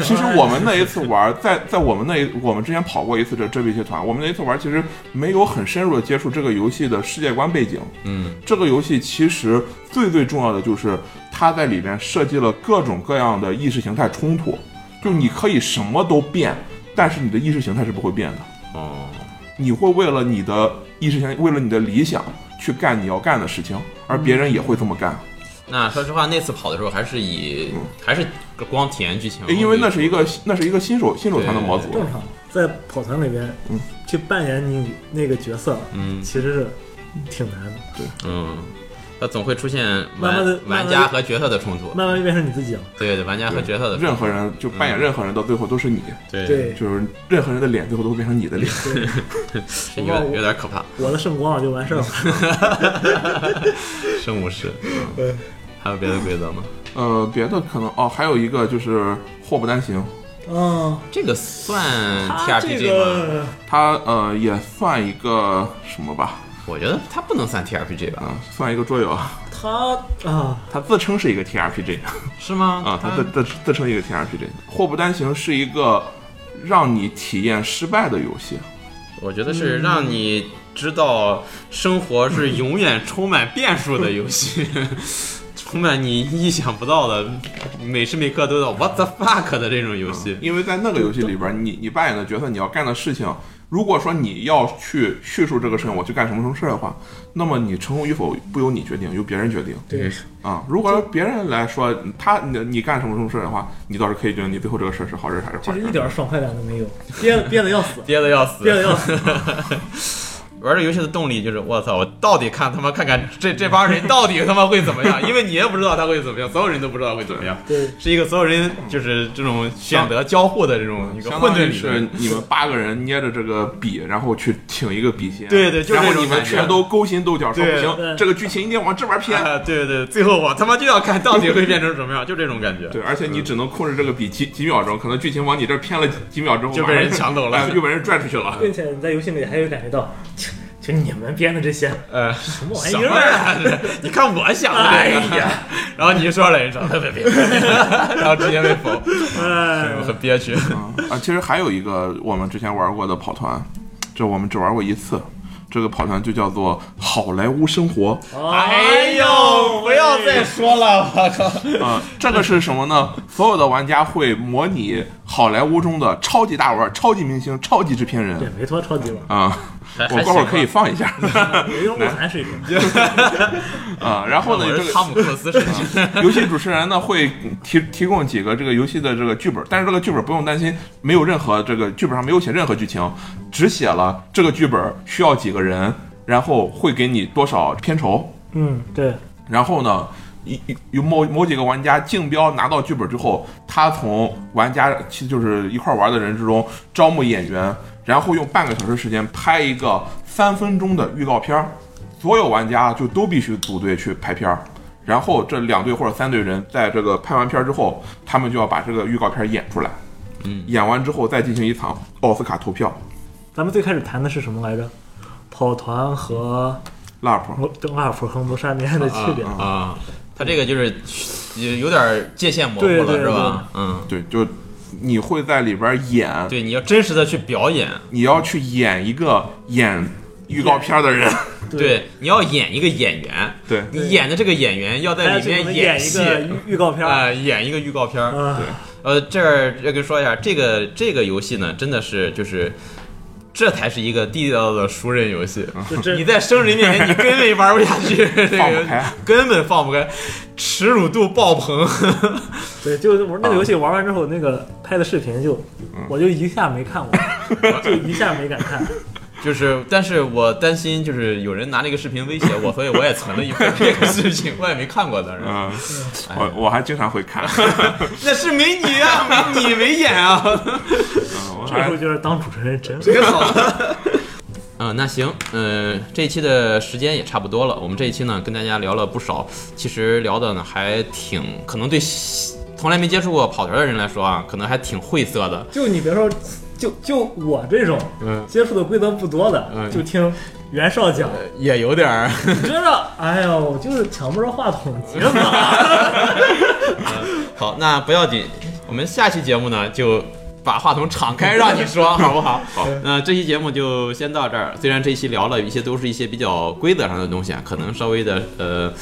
[SPEAKER 2] 其实我们那一次玩，在在我们那一我们之前跑过一次这这必集团，我们那一次玩其实没有很深入的接触这个游戏的世界观背景。
[SPEAKER 1] 嗯，
[SPEAKER 2] 这个游戏其实最最重要的就是它在里面设计了各种各样的意识形态冲突，就你可以什么都变，但是你的意识形态是不会变的。
[SPEAKER 1] 哦，
[SPEAKER 2] 你会为了你的意识形，为了你的理想去干你要干的事情，而别人也会这么干。
[SPEAKER 1] 那说实话，那次跑的时候还是以还是光体验剧情，
[SPEAKER 2] 因为那是一个那是一个新手新手团的模组，
[SPEAKER 3] 正常，在跑团里边，
[SPEAKER 2] 嗯
[SPEAKER 3] 去扮演你那个角色，
[SPEAKER 1] 嗯
[SPEAKER 3] 其实是挺难的，
[SPEAKER 1] 嗯，它总会出现
[SPEAKER 3] 慢慢地
[SPEAKER 1] 玩玩家和角色的冲突。
[SPEAKER 3] 慢慢就变成你自己了。
[SPEAKER 1] 对对，玩家和角色的冲
[SPEAKER 2] 任何人就扮演任何人，到最后都是你，
[SPEAKER 1] 对
[SPEAKER 3] 对，
[SPEAKER 2] 就是任何人的脸最后都会变成你的脸。
[SPEAKER 1] 是有点有点可怕。
[SPEAKER 3] 我的圣光就完事儿了。
[SPEAKER 1] 圣武 士，
[SPEAKER 3] 对
[SPEAKER 1] 嗯，还有别的规则吗？
[SPEAKER 2] 呃，别的可能哦，还有一个就是祸不单行，
[SPEAKER 3] 嗯，
[SPEAKER 1] 这个算
[SPEAKER 3] 他这
[SPEAKER 1] TRPG 吗？
[SPEAKER 3] 个
[SPEAKER 2] 它呃也算一个什么吧，
[SPEAKER 1] 我觉得它不能算 TRPG 吧？
[SPEAKER 2] 啊、算一个桌游，
[SPEAKER 3] 他啊，
[SPEAKER 2] 它自称是一个 TRPG
[SPEAKER 1] 是吗？
[SPEAKER 3] 嗯
[SPEAKER 2] 啊，它
[SPEAKER 1] 它
[SPEAKER 2] 自自自称一个 TRPG。祸不单行是一个让你体验失败的游戏，
[SPEAKER 1] 我觉得是让你知道生活是永远充满变数的游戏， 充满你意想不到的，每时每刻都有 what the fuck 的这种游戏。，
[SPEAKER 2] 因为在那个游戏里边，你你扮演的角色，你要干的事情，如果说你要去叙述这个事情，我去干什么什么事儿的话，那么你成功与否不由你决定，由别人决定
[SPEAKER 3] 对，
[SPEAKER 2] 啊。如果别人来说他你你干什么什么事儿的话，你倒是可以决定你最后这个事儿是好事儿还是
[SPEAKER 3] 就
[SPEAKER 2] 坏
[SPEAKER 3] 是
[SPEAKER 2] 事
[SPEAKER 3] 一
[SPEAKER 2] 儿。
[SPEAKER 3] 点爽快感都没有，憋憋得要死
[SPEAKER 1] 憋得要死，
[SPEAKER 3] 憋得要死。
[SPEAKER 1] 玩这游戏的动力就是我操，我到底看他妈看 看这这帮人到底他妈会怎么样？因为你也不知道他会怎么样，所有人都不知道会怎么样，
[SPEAKER 3] 对，
[SPEAKER 1] 是一个所有人就是这种选择交互的这种一个
[SPEAKER 2] 相
[SPEAKER 1] 混
[SPEAKER 2] 当
[SPEAKER 1] 沌
[SPEAKER 2] 于
[SPEAKER 1] 里的
[SPEAKER 2] 是你们八个人捏着这个笔，然后去请一个笔仙，
[SPEAKER 1] 对对就是
[SPEAKER 2] 然
[SPEAKER 1] 这
[SPEAKER 2] 后
[SPEAKER 1] 种
[SPEAKER 2] 你们
[SPEAKER 1] 感觉
[SPEAKER 2] 全都勾心斗角，说不
[SPEAKER 1] 对
[SPEAKER 2] 行，
[SPEAKER 3] 对
[SPEAKER 2] 这个剧情一定往这边偏，
[SPEAKER 1] 啊，对对，最后我他妈就要看到底会变成什么样，就这种感觉。
[SPEAKER 2] 对，而且你只能控制这个笔几几秒钟，可能剧情往你这儿偏了几几秒钟，
[SPEAKER 1] 就被人抢走了
[SPEAKER 2] 哎又被人拽出去了。
[SPEAKER 3] 并且你在游戏里还有感觉到，就就你们编的这些
[SPEAKER 1] 呃，
[SPEAKER 3] 什么玩
[SPEAKER 1] 什
[SPEAKER 3] 意
[SPEAKER 1] 么
[SPEAKER 3] 儿啊，
[SPEAKER 1] 呀？这你看我想的
[SPEAKER 3] 哎
[SPEAKER 1] 这个，
[SPEAKER 3] 呀，
[SPEAKER 1] 然后你一说了，人说别别别， 然后直接被否，
[SPEAKER 3] 哎
[SPEAKER 1] 我，很憋屈。
[SPEAKER 2] 啊，其实还有一个我们之前玩过的跑团，这我们只玩过一次。这个跑团就叫做好莱坞生活
[SPEAKER 1] 哎呦，不要再说了，我靠！
[SPEAKER 2] 啊、这个是什么呢？所有的玩家会模拟好莱坞中的超级大腕、超级明星、超级制片
[SPEAKER 3] 对
[SPEAKER 2] 人，
[SPEAKER 3] 没脱超级 了，
[SPEAKER 2] 啊、
[SPEAKER 1] 还啊
[SPEAKER 2] 我过会儿可以放一下
[SPEAKER 3] 有一种鹿晗水平。
[SPEAKER 2] 啊、然后呢，
[SPEAKER 1] 我
[SPEAKER 2] 这
[SPEAKER 1] 是
[SPEAKER 2] 个
[SPEAKER 1] 汤姆克鲁斯是吧？
[SPEAKER 2] 游戏主持人呢会提提供几个这个游戏的这个剧本，但是这个剧本不用担心，没有任何这个剧本上没有写任何剧情，只写了这个剧本需要几个人，然后会给你多少片酬，
[SPEAKER 3] 嗯，对，
[SPEAKER 2] 然后呢。一一有某某几个玩家竞标拿到剧本之后，他从玩家其实就是一块玩的人之中招募演员，然后用半个小时时间拍一个三分钟的预告片儿，所有玩家就都必须组队去拍片儿。然后这两队或者三队人在这个拍完片儿之后，他们就要把这个预告片儿演出来。
[SPEAKER 1] 嗯，
[SPEAKER 2] 演完之后再进行一场奥斯卡投票。
[SPEAKER 3] 咱们最开始谈的是什么来着？跑团和
[SPEAKER 2] LARP，
[SPEAKER 3] 摩登阿尔普和谋杀迷案的区别。
[SPEAKER 1] 啊，他这个就是有有点界限模糊
[SPEAKER 3] 对
[SPEAKER 1] 了，
[SPEAKER 3] 对
[SPEAKER 1] 是吧？嗯，
[SPEAKER 2] 对，就你会在里边儿演，
[SPEAKER 1] 对，你要真实的去表演，
[SPEAKER 2] 你要去演一个演预告片儿的人。
[SPEAKER 1] 对，你要演一个演员，
[SPEAKER 2] 对，
[SPEAKER 1] 你演的这个演员要在
[SPEAKER 3] 大家
[SPEAKER 1] 里
[SPEAKER 3] 就可
[SPEAKER 1] 面
[SPEAKER 3] 能演一
[SPEAKER 1] 戏，
[SPEAKER 3] 个预预告片儿。
[SPEAKER 1] 啊，演一个预告片儿。
[SPEAKER 3] 嗯，
[SPEAKER 1] 呃，这儿要跟说一下，这个这个游戏呢，真的是就是。这才是一个地道的熟人游戏。
[SPEAKER 3] 就这
[SPEAKER 1] 你在生人面前，你根本玩不下去，这
[SPEAKER 2] 嗯放
[SPEAKER 1] 个
[SPEAKER 2] 不开
[SPEAKER 1] 根本放不开，耻辱度爆棚。
[SPEAKER 3] 对，就是我那个游
[SPEAKER 1] 啊
[SPEAKER 3] 戏玩完之后，那个拍的视频就，
[SPEAKER 1] 嗯
[SPEAKER 3] 我就一下 没看过，就一下没敢看。
[SPEAKER 1] 就是，但是我担心就是有人拿这个视频威胁我，所以我也存了一份这个视频，我也没看过，当然。
[SPEAKER 2] 嗯，
[SPEAKER 1] 哎
[SPEAKER 2] 我我还经常会 看，
[SPEAKER 1] 那是没你啊，没你没演啊。
[SPEAKER 2] 嗯我
[SPEAKER 3] 这时
[SPEAKER 2] 还
[SPEAKER 3] 候觉得当主持人真
[SPEAKER 1] 这个好。嗯，那行，嗯、这一期的时间也差不多了。我们这一期呢，跟大家聊了不少，其实聊的呢还挺，可能对从来没接触过跑团的人来说啊，可能还挺晦涩的。
[SPEAKER 3] 就你别说，就就我这种
[SPEAKER 1] 嗯，
[SPEAKER 3] 接触的规则不多的，
[SPEAKER 1] 嗯
[SPEAKER 3] 就听袁绍讲，
[SPEAKER 1] 也有点儿。
[SPEAKER 3] 真的，哎呦，我就是抢不着话筒节奏。
[SPEAKER 1] 好，那不要紧，我们下期节目呢就把话筒敞开让你说，好不好？
[SPEAKER 2] 好，
[SPEAKER 1] 那这期节目就先到这儿。虽然这一期聊了一些都是一些比较规则上的东西啊，可能稍微的呃。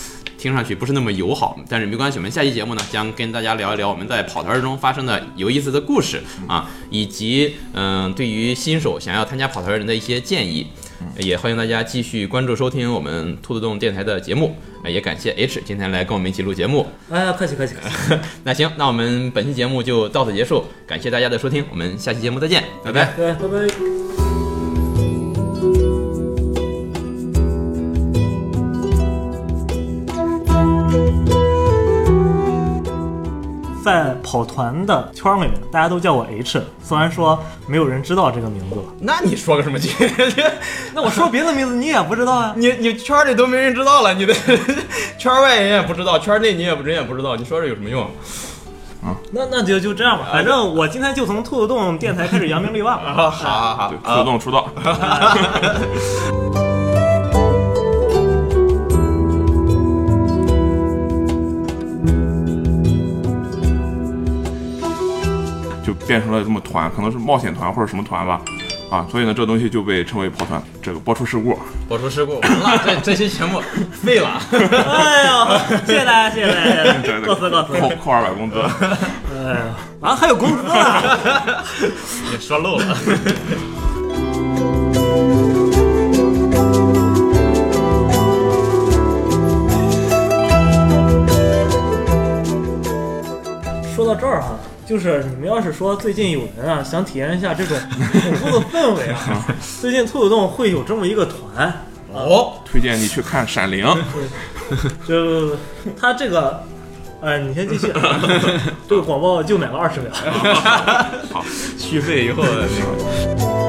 [SPEAKER 1] 听上去不是那么友好，但是没关系。我们下期节目呢，将跟大家聊一聊我们在跑团中发生的有意思的故事啊，以及嗯、对于新手想要参加跑团人的一些建议。呃也欢迎大家继续关注收听我们兔子洞电台的节目，呃也感谢 H 今天来跟我们一起录节目。
[SPEAKER 3] 哎呀，客气客气，客气
[SPEAKER 1] 那行，那我们本期节目就到此结束，感谢大家的收听，我们下期节目再见，拜拜。
[SPEAKER 3] 对，拜拜。在跑团的圈儿里面，大家都叫我 H，虽然说没有人知道这个名字了。
[SPEAKER 1] 那你说个什么劲？
[SPEAKER 3] 那我说别的名字你也不知道啊？
[SPEAKER 1] 你你圈里都没人知道了，你的 圈外人也不知道，圈内你也不人也不知道，你说这有什么用？
[SPEAKER 3] 那那就就这样吧，反正我今天就从兔子洞电台开始扬名立万了。
[SPEAKER 1] 啊，好好好
[SPEAKER 2] 对，主 动出道。就变成了这么团，可能是冒险团或者什么团吧，啊，所以呢，这东西就被称为跑团。这个播出事故，
[SPEAKER 1] 播出事故，完了，这 这期节目废了。
[SPEAKER 3] 哎呦，谢谢大家，谢谢大 家，够死够死。
[SPEAKER 2] 扣扣二百工资。
[SPEAKER 3] 哎呀，完了还有啊工资呢。
[SPEAKER 1] 也说漏了。
[SPEAKER 3] 说到这儿哈、啊就是你们要是说最近有人啊想体验一下这种恐怖的氛围啊， 最近兔子洞会有这么一个团，
[SPEAKER 1] 哦，
[SPEAKER 2] 推荐你去看《闪灵》，
[SPEAKER 3] 就他这个，哎，你先继续， 这个广告就买了二十秒。
[SPEAKER 1] 续费以后那个。